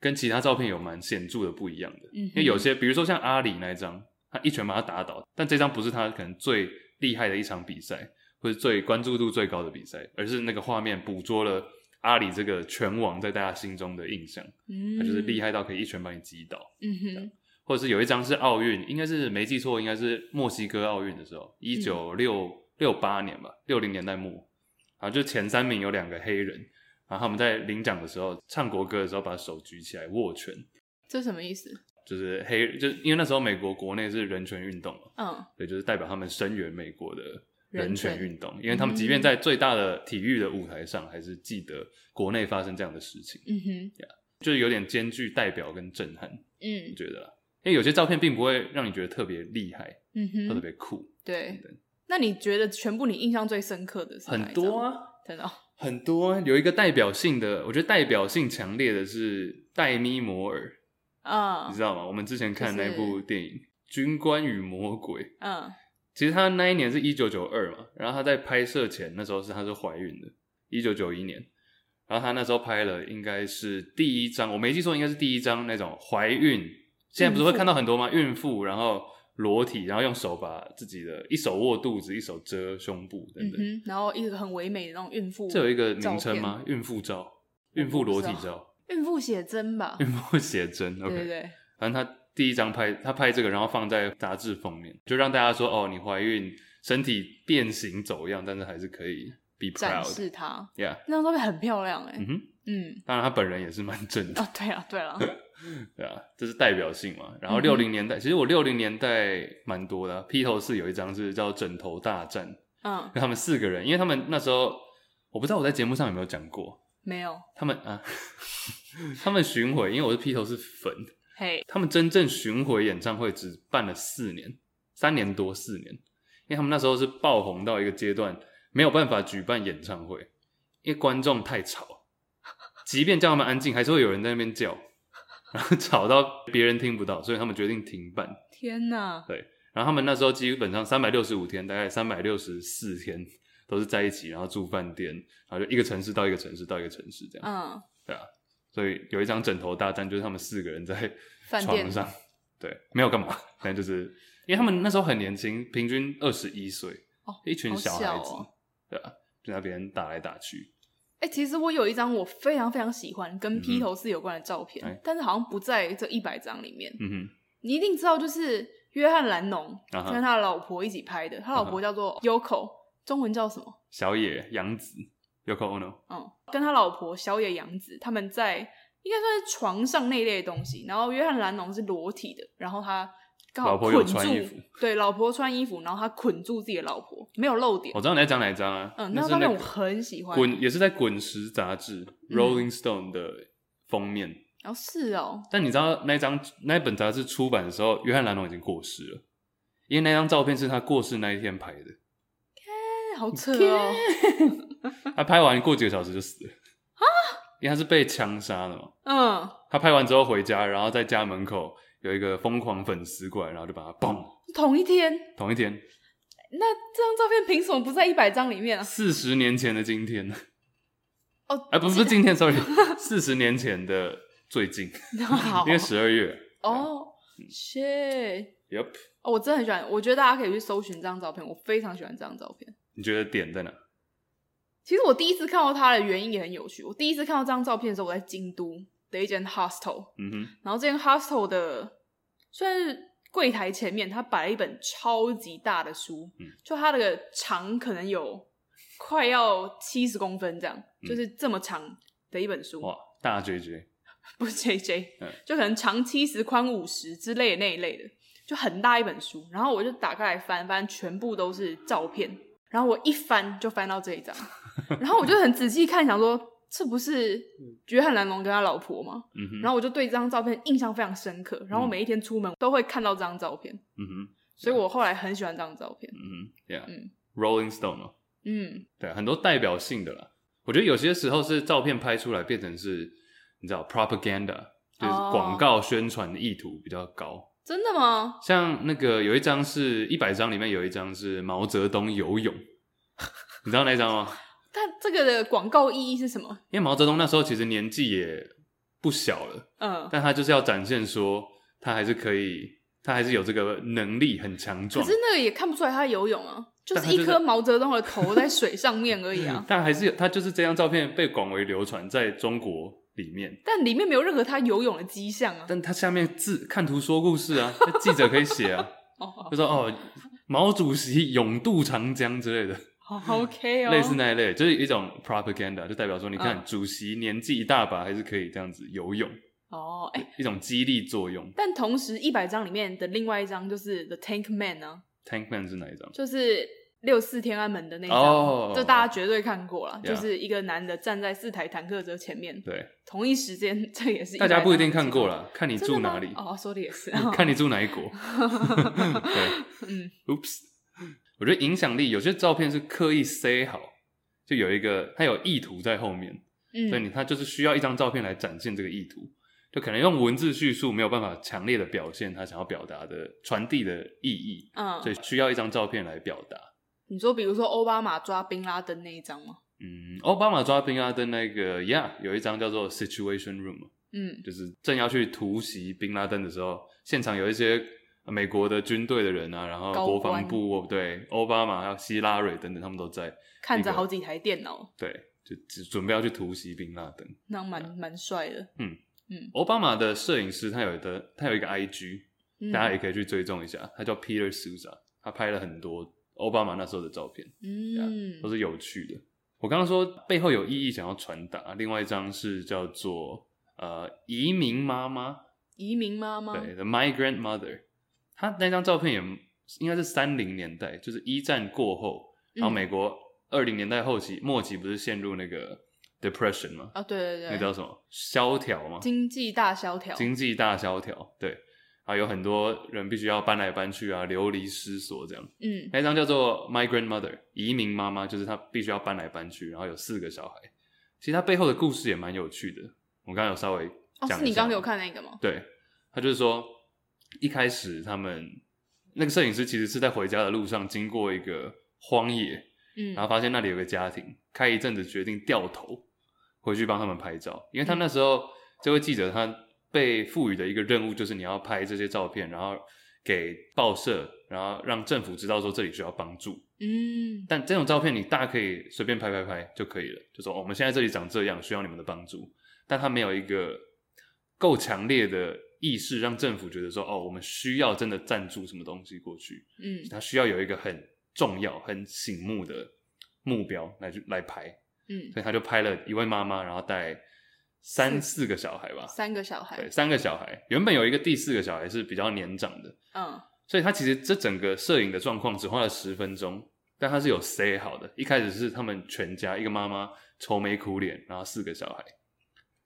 跟其他照片有蛮显著的不一样的。嗯哼因为有些，比如说像阿里那一张，他一拳把他打倒，但这张不是他可能最厉害的一场比赛，或是最关注度最高的比赛，而是那个画面捕捉了阿里这个拳王在大家心中的印象，嗯，他就是厉害到啊可以一拳把你击倒。嗯哼，或者是有一张是奥运，应该是没记错，应该是墨西哥奥运的时候，一九六六八年吧，六零年代末，然后就前三名有两个黑人，然后他们在领奖的时候唱国歌的时候把手举起来握拳，这什么意思？就是黑，就是因为那时候美国国内是人权运动嘛，嗯对，就是代表他们声援美国的人人权权运动，因为他们即便在最大的体育的舞台上，还是记得国内发生这样的事情，嗯哼就是有点兼具代表跟震撼，我嗯觉得啦。因为有些照片并不会让你觉得特别厉害，嗯特哼，别酷，对对。那你觉得全部你印象最深刻的是哪一很张多，啊，真的哦、很多、啊。有一个代表性的，我觉得代表性强烈的是黛咪摩尔，啊你知道吗？我们之前看嗯就那是部电影《军官与魔鬼》，嗯其实他那一年是一九九二嘛，然后他在拍摄前那时候是她是怀孕的，一九九一年。然后他那时候拍了，应该是第一张，我没记错，应该是第一张那种怀孕。现在不是会看到很多吗？孕妇，然后裸体，然后用手把自己的一手握肚子，一手遮胸部等嗯等。哼，然后一个很唯美的那种孕妇，这有一个名称吗？孕妇照、孕妇裸体不知照、 孕妇写真吧？孕妇写真。对 OK，对对，反正他第一张拍，他拍这个，然后放在杂志封面，就让大家说：“哦，你怀孕，身体变形走样，但是还是可以 be 展 proud。示她 ”Yeah，那张照片很漂亮哎、嗯哼，嗯，当然他本人也是蛮正的，哦对啊对啊，对啊，这是代表性嘛。然后嗯哼六零年代，其实我六零年代蛮多的、啊。披头士有一张是叫《枕头大战》，嗯跟他们四个人，因为他们那时候我不知道我在节目上有没有讲过，没有，他们啊， 他们巡回，因为我是披头士粉，嘿他们真正巡回演唱会只办了四年，三年多四年，因为他们那时候是爆红到一个阶段，没有办法举办演唱会，因为观众太吵，即便叫他们安静，还是会有人在那边叫，然后吵到别人听不到，所以他们决定停办。天哪，然后他们那时候基本上三百六十五天，大概三百六十四天都是在一起，然后住饭店，然后就一个城市到一个城市到一个城市这样。嗯对啊，所以有一张枕头大战，就是他们四个人在饭店床上，对，没有干嘛，但就是因为他们那时候很年轻，平均二十一岁，哦一群小孩好子，小哦对啊，就在别人打来打去，哎、其实我有一张我非常非常喜欢嗯跟哼披头士有关的照片，哎但是好像不在这一百张里面。嗯你一定知道，就是约翰·兰农啊哈啊跟他老婆一起拍的，他老婆叫做 Yoko，中文叫什么哼？，小野洋子，Yoko Ono，嗯，跟他老婆小野洋子他们在应该算是床上那一类的东西，然后约翰·兰农是裸体的，然后他刚好老婆有捆穿衣服住，对，老婆穿衣服，然后他捆住自己的老婆，没有露点。我知道你在讲哪一张啊？嗯，那那是张那面我个很喜欢。嗯滚，也是在《滚石》杂志《Rolling Stone》的封面。然后是哦，但你知道那张那本杂志出版的时候，约翰·兰农已经过世了，因为那张照片是他过世那一天拍的。哎好扯哦，他拍完过几个小时就死了啊，因为他是被枪杀的嘛。嗯，他拍完之后回家，然后在家门口有一个疯狂粉丝过来，然后就把他嘣，同一天。同一天，那这张照片凭什么不在一百张里面啊？四十年前的今 天，啊哦，哎，不是不 是今天，sorry，四十年前的最近，好因为十二月哦，shit， ，Yep，哦，我真的很喜欢，我觉得大家可以去搜寻这张照片，我非常喜欢这张照片。你觉得点在哪？其实我第一次看到它的原因也很有趣。我第一次看到这张照片的时候，我在京都的一间 hostel，嗯哼，然后这间 hostel 的算是柜台前面，他摆了一本超级大的书，嗯就它的长可能有快要七十公分这样，嗯就是这么长的一本书，哇，大 J J，不是 J J，、嗯就可能长七十宽五十之类的那一类的，就很大一本书。然后我就打开来翻，翻全部都是照片。然后我一翻就翻到这 一张，然后我就很仔细看，想说这不是约翰·兰龙跟他老婆吗？嗯哼，然后我就对这张照片印象非常深刻。然后我每一天出门都会看到这张照片，嗯哼，所以我后来很喜欢这张照片。嗯哼嗯，Yeah，Rolling Stone 哦嘛，嗯，对，很多代表性的啦。我觉得有些时候是照片拍出来变成是，你知道 propaganda，就是哦广告宣传的意图比较高。真的吗？像那个有一张是一百张里面有一张是毛泽东游泳，你知道那张吗？但这个的广告意义是什么？因为毛泽东那时候其实年纪也不小了，嗯，但他就是要展现说他还是可以，他还是有这个能力，很强可壮是。那个也看不出来他游泳啊，就但是他一就颗在。毛泽东的头在水上面而已啊 但还是有，他就是这张照片被广为流传在中国里面。但里面没有任何他游泳的迹象啊。但他下面字看图说故事啊， 那记者可以写啊，哦就说哦，毛主席勇渡长江之类的。好好，OK 哦，类似那一类，就是一种 propaganda，就代表说，你看、嗯主席年纪一大把，还是可以这样子游泳，哦，哎、一种激励作用。但同时一百张里面的另外一张就是 The Tank Man 呢、 Tankman 是哪一张？就是六四天安门的那张，哦就大家绝对看过了 Yeah 就是一个男的站在四台坦克车前面，对，同一时间， 这也是100大家不一定张看过啦，看你真的住吗哪里，哦，说的也是， 看你住哪一 国。对嗯， ，Oops，我觉得影响力有些照片是刻意塞好，就有一个它有意图在后面，所以嗯，你它就是需要一张照片来展现这个意图。就可能用文字叙述没有办法强烈的表现他想要表达的传递的意义，所嗯，以需要一张照片来表达。你说比如说奥巴马抓宾拉登那一张吗？嗯，奥巴马抓宾拉登那个，Yeah，有一张叫做 Situation Room，嗯就是正要去突袭宾拉登的时候，现场有一些呃美国的军队的人啊，然后高国官防部哦对奥巴马还有希拉蕊等等，他们都在，看着那个好几台电脑，对，就只准备要去突袭宾拉登。那蛮啊蛮帅的，奥巴马的摄影师他有的他有一个 IG，嗯大家也可以去追踪一下，他叫 Peter Souza，他拍了很多奥巴马那时候的照片。嗯都是有趣的。我刚刚说背后有意义想要传达，另外一张是叫做呃移民妈妈，移民妈妈，对，The Migrant Mother。她那张照片也应该是三零年代，就是一战过后，然后嗯美国二零年代后期末期不是陷入那个 depression 吗？啊，对对对，那叫什么萧条吗？经济大萧条，经济大萧条，对。啊，有很多人必须要搬来搬去啊，流离失所这样。嗯那一张叫做 Migrant Mother 移民妈妈，就是她必须要搬来搬去，然后有四个小孩。其实她背后的故事也蛮有趣的，我刚刚有稍微哦，讲、是你刚刚有？看那个吗？对，她就是说一开始他们那个摄影师其实是在回家的路上经过一个荒野，嗯，然后发现那里有个家庭，开一阵子决定掉头回去帮他们拍照，因为他那时候、这位记者他被赋予的一个任务就是你要拍这些照片，然后给报社，然后让政府知道说这里需要帮助。嗯但这种照片你大可以随便拍拍拍就可以了，就说、哦我们现在这里长这样，需要你们的帮助。但他没有一个够强烈的意识，让政府觉得说哦，我们需要真的赞助什么东西过去。嗯他需要有一个很重要、很醒目的目标来去来拍，嗯所以他就拍了一位妈妈，然后带三四个小孩吧，三个小孩对，，三个小孩。原本有一个第四个小孩是比较年长的，嗯，所以他其实这整个摄影的状况只花了十分钟，但他是有 say 好的。一开始是他们全家一个妈妈愁眉苦脸，然后四个小孩，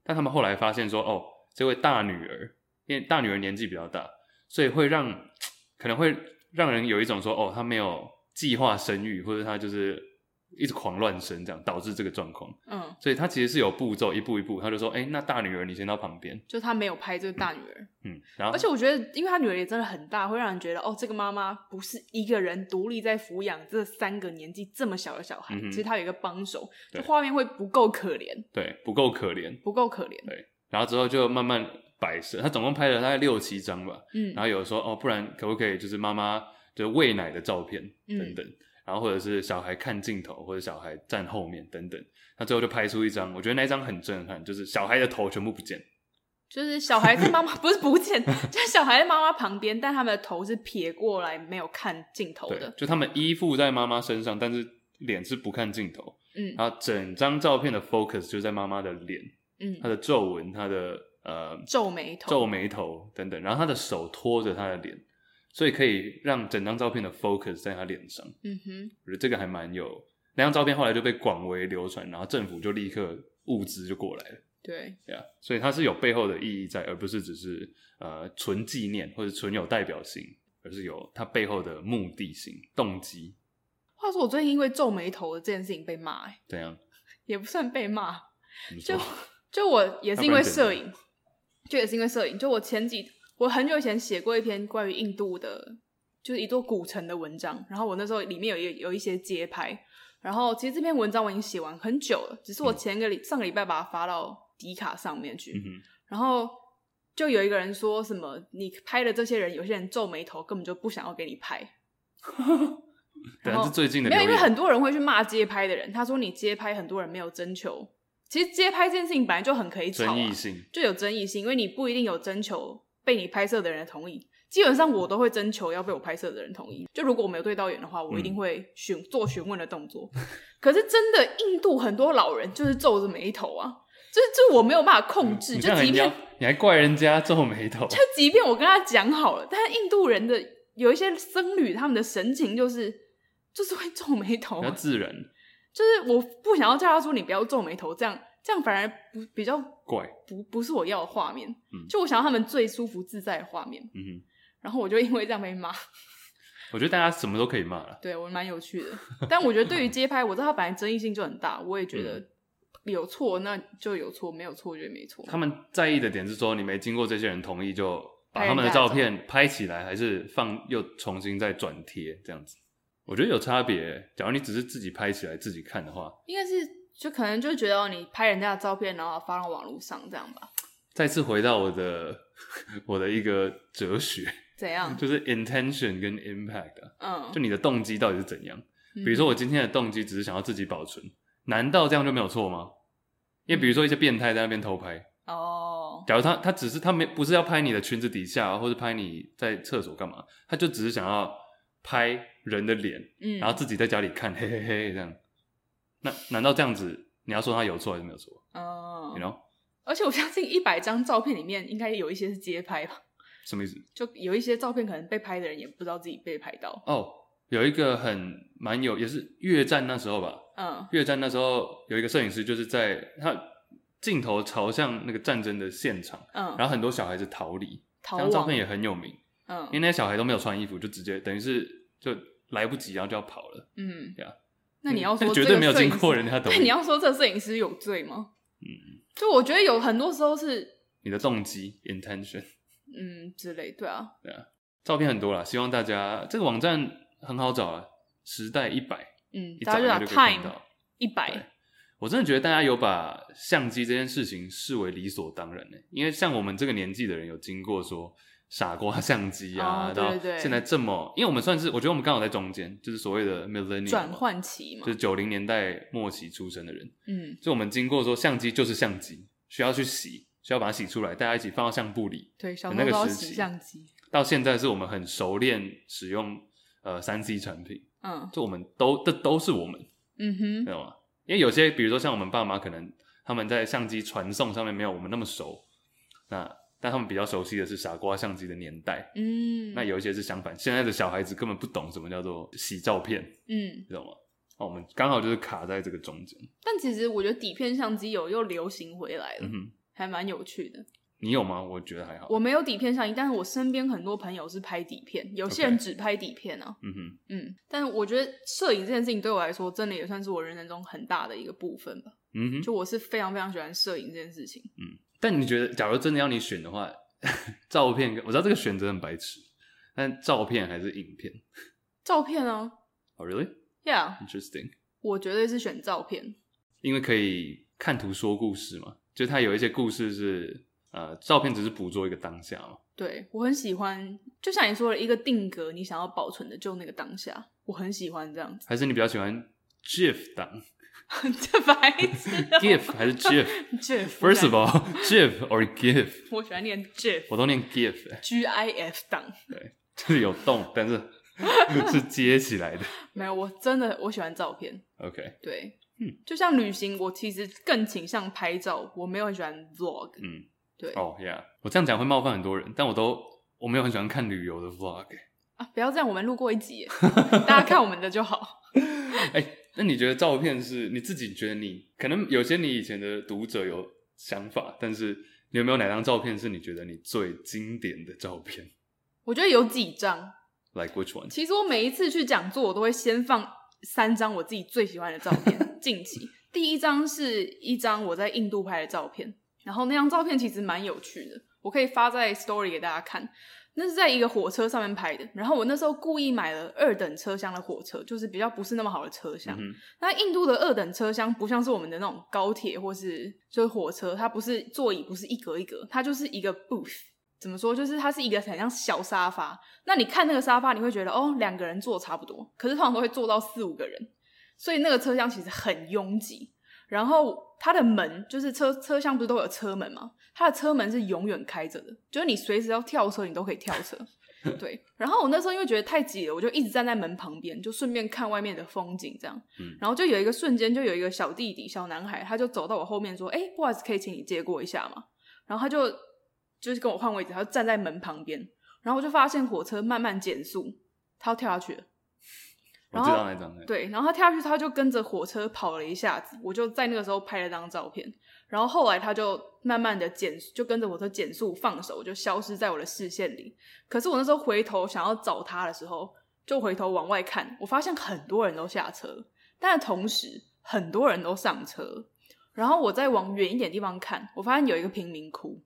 但他们后来发现说，哦，这位大女儿，因为大女儿年纪比较大，所以会让可能会让人有一种说，哦，她没有计划生育，或者她就是一直狂乱生，这样导致这个状况。嗯，所以他其实是有步骤，一步一步，他就说，哎、那大女儿你先到旁边，就他没有拍这个大女儿，嗯，然后而且我觉得，因为他女儿也真的很大，会让人觉得哦，这个妈妈不是一个人独立在抚养这三个年纪这么小的小孩，嗯哼其实她有一个帮手，对这画面会不够可怜，对不够可怜，不够可怜。然后之后就慢慢摆设，他总共拍了大概六七张吧。嗯然后有说哦，不然可不可以就是妈妈就是喂奶的照片嗯等等，然后或者是小孩看镜头或者小孩站后面等等。他最后就拍出一张，我觉得那一张很震撼，就是小孩的头全部不见，就是小孩在妈妈 不是不见，就是小孩在妈妈旁边，但他们的头是撇过来，没有看镜头对的，。就他们依附在妈妈身上，但是脸是不看镜头。嗯然后整张照片的 focus 就在妈妈的脸，她嗯，的皱纹，她的呃皱眉头，皱眉头等等，然后他的手托着他的脸，所以可以让整张照片的 focus 在他脸上。嗯哼，我觉得这个还蛮有。那张照片后来就被广为流传，然后政府就立刻物资就过来了，对，对啊，所以它是有背后的意义在，而不是只是呃纯纪念或者纯有代表性，而是有它背后的目的性、动机。话说我最近因为皱眉头的这件事情被骂、欸，怎样？也不算被骂，怎么说就 就我也是因为要摄影，就也是因为摄影，就我前几我很久以前写过一篇关于印度的，就是一座古城的文章，然后我那时候里面有一有一些街拍，然后其实这篇文章我已经写完很久了，只是我前一个礼、上个礼拜把它发到迪卡上面去，嗯哼，然后就有一个人说什么你拍的这些人，有些人皱眉头，根本就不想要给你拍，对然啊，后是最近的没留有，言，因为很多人会去骂街拍的人，他说你街拍很多人没有征求。其实街拍这件事情本来就很可以吵、啊，争议性，就有争议性，因为你不一定有征求被你拍摄的人的同意。基本上我都会征求要被我拍摄的人同意。就如果我没有对到眼的话，我嗯一定会询、做询问的动作。可是真的，印度很多老人就是皱着眉头啊，就是就我没有办法控制，嗯你就看即人便家，你还怪人家皱眉头，就即便我跟他讲好了，但是印度人的有一些僧侣，他们的神情就是就是会皱眉头比啊、较自然，就是我不想要叫他说你不要皱眉头，这样这样反而不比较怪，不不是我要的画面，嗯就我想要他们最舒服自在的画面，嗯哼。然后我就因为这样被骂，我觉得大家什么都可以骂了，对我蛮有趣的。但我觉得对于街拍，我知道它本来争议性就很大，我也觉嗯得有错那就有错，没有错就没错。他们在意的点是说，你没经过这些人同意，就把拍他们的人家照的片拍起来，还是放又重新再转贴这样子。我觉得有差别。假如你只是自己拍起来自己看的话，应该是就可能就觉得哦你拍人家的照片，然后发到网络上这样吧？再次回到我的 我的一个哲学，怎样？就是 intention 跟 impact，、啊、嗯就，你的动机到底是怎样？比比如说我今天的动机只是想要自己保存，难道这样就没有错吗？因为比如说一些变态在那边偷拍，哦，假如他他只是他没不是要拍你的裙子底下、或者拍你在厕所干嘛，他就只是想要拍人的脸，嗯，然后自己在家里看，嘿嘿嘿这样。那难道这样子你要说他有错还是没有错？嗯你 you，know 而且我相信一百张照片里面应该有一些是街拍吧，什么意思？就有一些照片可能被拍的人也不知道自己被拍到，哦、有一个很蛮有，也是越战那时候吧，嗯越战那时候有一个摄影师就是在他镜头朝向那个战争的现场，嗯，然后很多小孩子逃离，逃这张照亡片，也很有名，嗯因为那些小孩都没有穿衣服，就直接等于是就来不及，然后就要跑了。嗯， Yeah 那你要说那绝这个对没有摄影经过师 人家同对，意你要说这个摄影师有罪吗？嗯，就我觉得有很多时候是你的动机 intention 嗯之类，对啊，照片很多啦，希望大家这个网站很好找啊，时代一百，嗯，一大找家应该就就打可以看 time 到。一对百，我真的觉得大家有把相机这件事情视为理所当然呢、欸因为像我们这个年纪的人有经过说傻瓜相机啊，哦对对到对现在这么，因为我们算是我觉得我们刚好在中间，就是所谓的 millennial 转嘛，换期嘛就，是九零年代末期出生的人，嗯，所以我们经过说相机就是相机，需要去洗，需要把它洗出来，大家一起放到相簿里，对，小那时候个都要时洗期相机，到现在是我们很熟练使用呃三 C 产品，嗯就我们都这都是我们，嗯知哼，道吗？因为有些比如说像我们爸妈可能他们在相机传送上面没有我们那么熟，那但他们比较熟悉的是傻瓜相机的年代。嗯，那有一些是相反，现在的小孩子根本不懂什么叫做洗照片，嗯，你知道吗？哦，我们刚好就是卡在这个中间。但其实我觉得底片相机有又流行回来了，嗯哼，还蛮有趣的。你有吗？我觉得还好。我没有底片相机，但是我身边很多朋友是拍底片，有些人 OK 只拍底片啊。嗯哼，嗯，但我觉得摄影这件事情对我来说，真的也算是我人生中很大的一个部分吧。嗯哼。就我是非常非常喜欢摄影这件事情。但你觉得，假如真的要你选的话， 照片跟我知道这个选择很白痴，但照片还是影片？照片啊哦、r e a l l y ，Yeah， interesting，我绝对是选照片。因为可以看图说故事嘛，就它有一些故事是呃，照片只是捕捉一个当下嘛。对我很喜欢，就像你说的一个定格，你想要保存的就那个当下，我很喜欢这样子。 还是你比较喜欢 GIF 档这白痴哦、 ，GIF 还是 GIF？First GIF。 of all，GIF or GIF，我喜欢念 GIF 我都念 GIF，欸 GIF 档。就是有动，但是是接起来的。没有，我真的我喜欢照片。 OK，对，嗯，就像旅行，我其实更倾向拍照，我没有很喜欢 vlog。嗯，对、哦、yeah，我这样讲会冒犯很多人，但我都我没有很喜欢看旅游的 vlog、欸。啊，不要这样，我们录过一集耶， 大家看我们的就好。哎、那你觉得照片是你自己觉得你可能有些你以前的读者有想法，但是你有没有哪张照片是你觉得你最经典的照片我觉得有几张， ？Like which one？其实我每一次去讲座，我都会先放三张我自己最喜欢的照片。近期第一张是一张我在印度拍的照片，然后那张照片其实蛮有趣的，我可以发在 story 给大家看。那是在一个火车上面拍的，然后我那时候故意买了二等车厢的火车，就是比较不是那么好的车厢。嗯那印度的二等车厢不像是我们的那种高铁或是就是火车，它不是座椅不是一格一格，它就是一个 booth。怎么说？就是它是一个很像小沙发。那你看那个沙发，你会觉得哦，两个人坐差不多，可是通常都会坐到四五个人，所以那个车厢其实很拥挤。然后它的门就是车车厢不是都有车门吗？它的车门是永远开着的，就是你随时要跳车，你都可以跳车。对。然后我那时候因为觉得太挤了，我就一直站在门旁边，就顺便看外面的风景这样。然后就有一个瞬间，就有一个小弟弟、小男孩，他就走到我后面说：“哎、不好意思，可以请你借过一下吗？”然后他就就是跟我换位置，他就站在门旁边，然后我就发现火车慢慢减速，他要跳下去了。我然知后道那张。对对，然后他跳下去，他就跟着火车跑了一下子，我就在那个时候拍了张照片。然后后来他就慢慢的减，就跟着火车减速放手，就消失在我的视线里。可是我那时候回头想要找他的时候，就回头往外看，我发现很多人都下车，但是同时很多人都上车。然后我再往远一点地方看，我发现有一个贫民窟。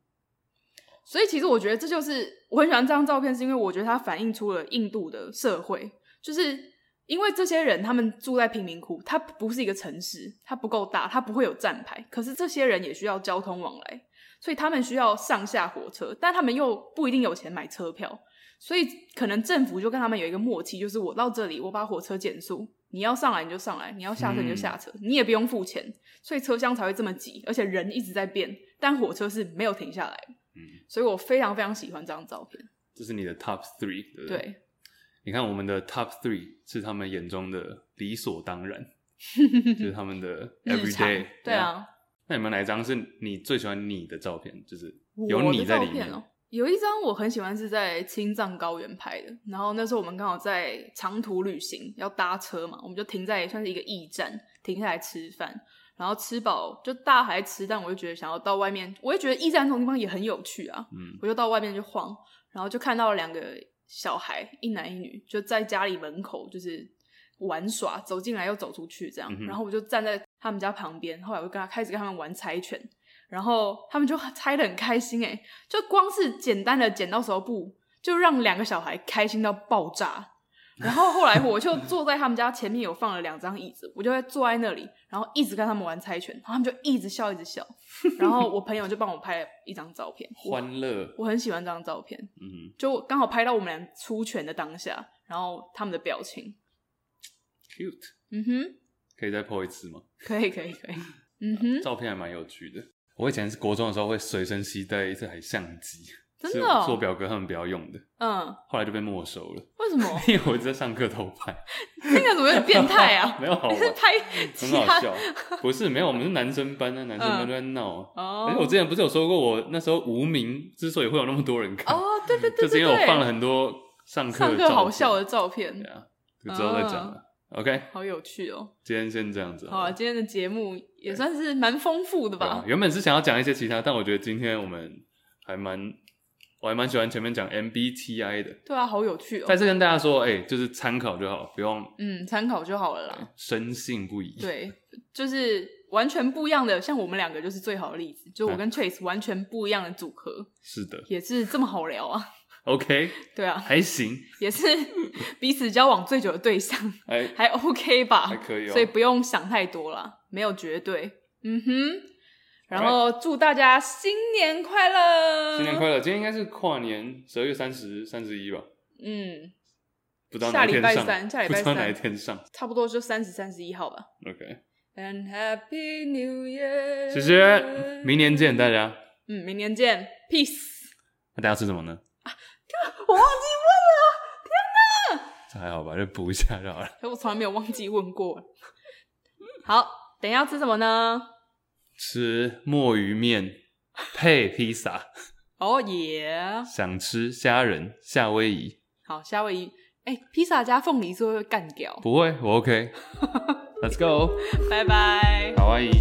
所以其实我觉得这就是我很喜欢这张照片，是因为我觉得它反映出了印度的社会，就是因为这些人他们住在贫民窟，它不是一个城市，它不够大，它不会有站牌，可是这些人也需要交通往来，所以他们需要上下火车，但他们又不一定有钱买车票，所以可能政府就跟他们有一个默契，就是我到这里，我把火车减速，你要上来你就上来，你要下车你就下车，你也不用付钱，所以车厢才会这么挤，而且人一直在变，但火车是没有停下来。所以我非常非常喜欢这张照片。这是你的 top three，对不对？对，你看我们的 top three 是他们眼中的理所当 然，就是他们的日常 everyday。对。啊，那有没有哪一张是你最喜欢你的照片？就是有我你的在照里面片哦。有一张我很喜欢是在青藏高原拍的，然后那时候我们刚好在长途旅行要搭车嘛，我们就停在算是一个驿站，停下来吃饭，然后吃饱就大家还在吃，但我就觉得想要到外面，我也觉得驿站这种地方也很有趣啊，嗯我就到外面去晃，然后就看到了两个小孩，一男一女，就在家里门口就是玩耍，走进来又走出去这样。嗯哼然后我就站在他们家旁边，后来我就跟他开始跟他们玩猜拳，然后他们就猜的很开心诶、就光是简单的剪刀石头布，就让两个小孩开心到爆炸。然后后来我就坐在他们家前面，有放了两张椅子，我就在坐在那里，然后一直跟他们玩猜拳，然后他们就一直笑一直笑，然后我朋友就帮我拍了一张照片，我欢乐，我很喜欢这张照片，嗯，就刚好拍到我们俩出拳的当下，然后他们的表情。 ，cute，嗯哼，可以再 po 一次吗？可以可以可以。嗯哼，照片还蛮有趣的。我以前是国中的时候会随身携带一台相机，真是的哦是我表哥他们不要用的，嗯，后来就被没收了， 为什么因为我一直在上课偷 拍，那个怎么有点变态啊？没有 好你玩，是 拍很其好他笑，不是没有，我们是男生班啊，男生班嗯都在闹啊。而且我哦之前不是有说过，我那时候无名之所以会有那么多人看，哦，对对对就是对因为我放了对，很多上课上的课照好片笑的照片对，啊，就之后再讲了。OK，好有趣哦。今天先这样子好好了。啊，今天的节目也算是蛮丰富的对啊吧？原本是想要讲一些其他，但我觉得今天我们还蛮，我还蛮喜欢前面讲 MBTI 的。对啊，好有趣 再哦。次跟大家说，哎、就是参考就好，不用嗯，参考就好了啦。深信不疑。对，就是完全不一样的，像我们两个就是最好的例子，就我跟 Trace 完全不一样的组合，是的也是这么好聊啊。 ，OK，对啊，还行，也是彼此交往最久的对象，哎，还 OK 吧？还可以哦所以不用想太多啦，没有绝对。嗯哼，然后祝大家新年快乐！新年快乐！今天应该是跨年，十二月三十、三十一吧，嗯，不知道哪一天下上，礼拜三下礼拜不知道三哪一天上。差不多就三十、三十一号吧。 OK， And Happy New Year！谢谢，明年见大家。嗯，明年见，Peace。那大家吃什么呢？我忘记问这还好吧，就补一下就好了。了，哎可我从来没有忘记问过。 好，等一下要吃什么呢？吃墨鱼面配披萨， 哦耶！想吃虾仁、夏威夷，好，夏威夷，哎、披萨加凤梨是不是会干掉？ 不会，我 OK。Let's go，拜拜。夏威夷。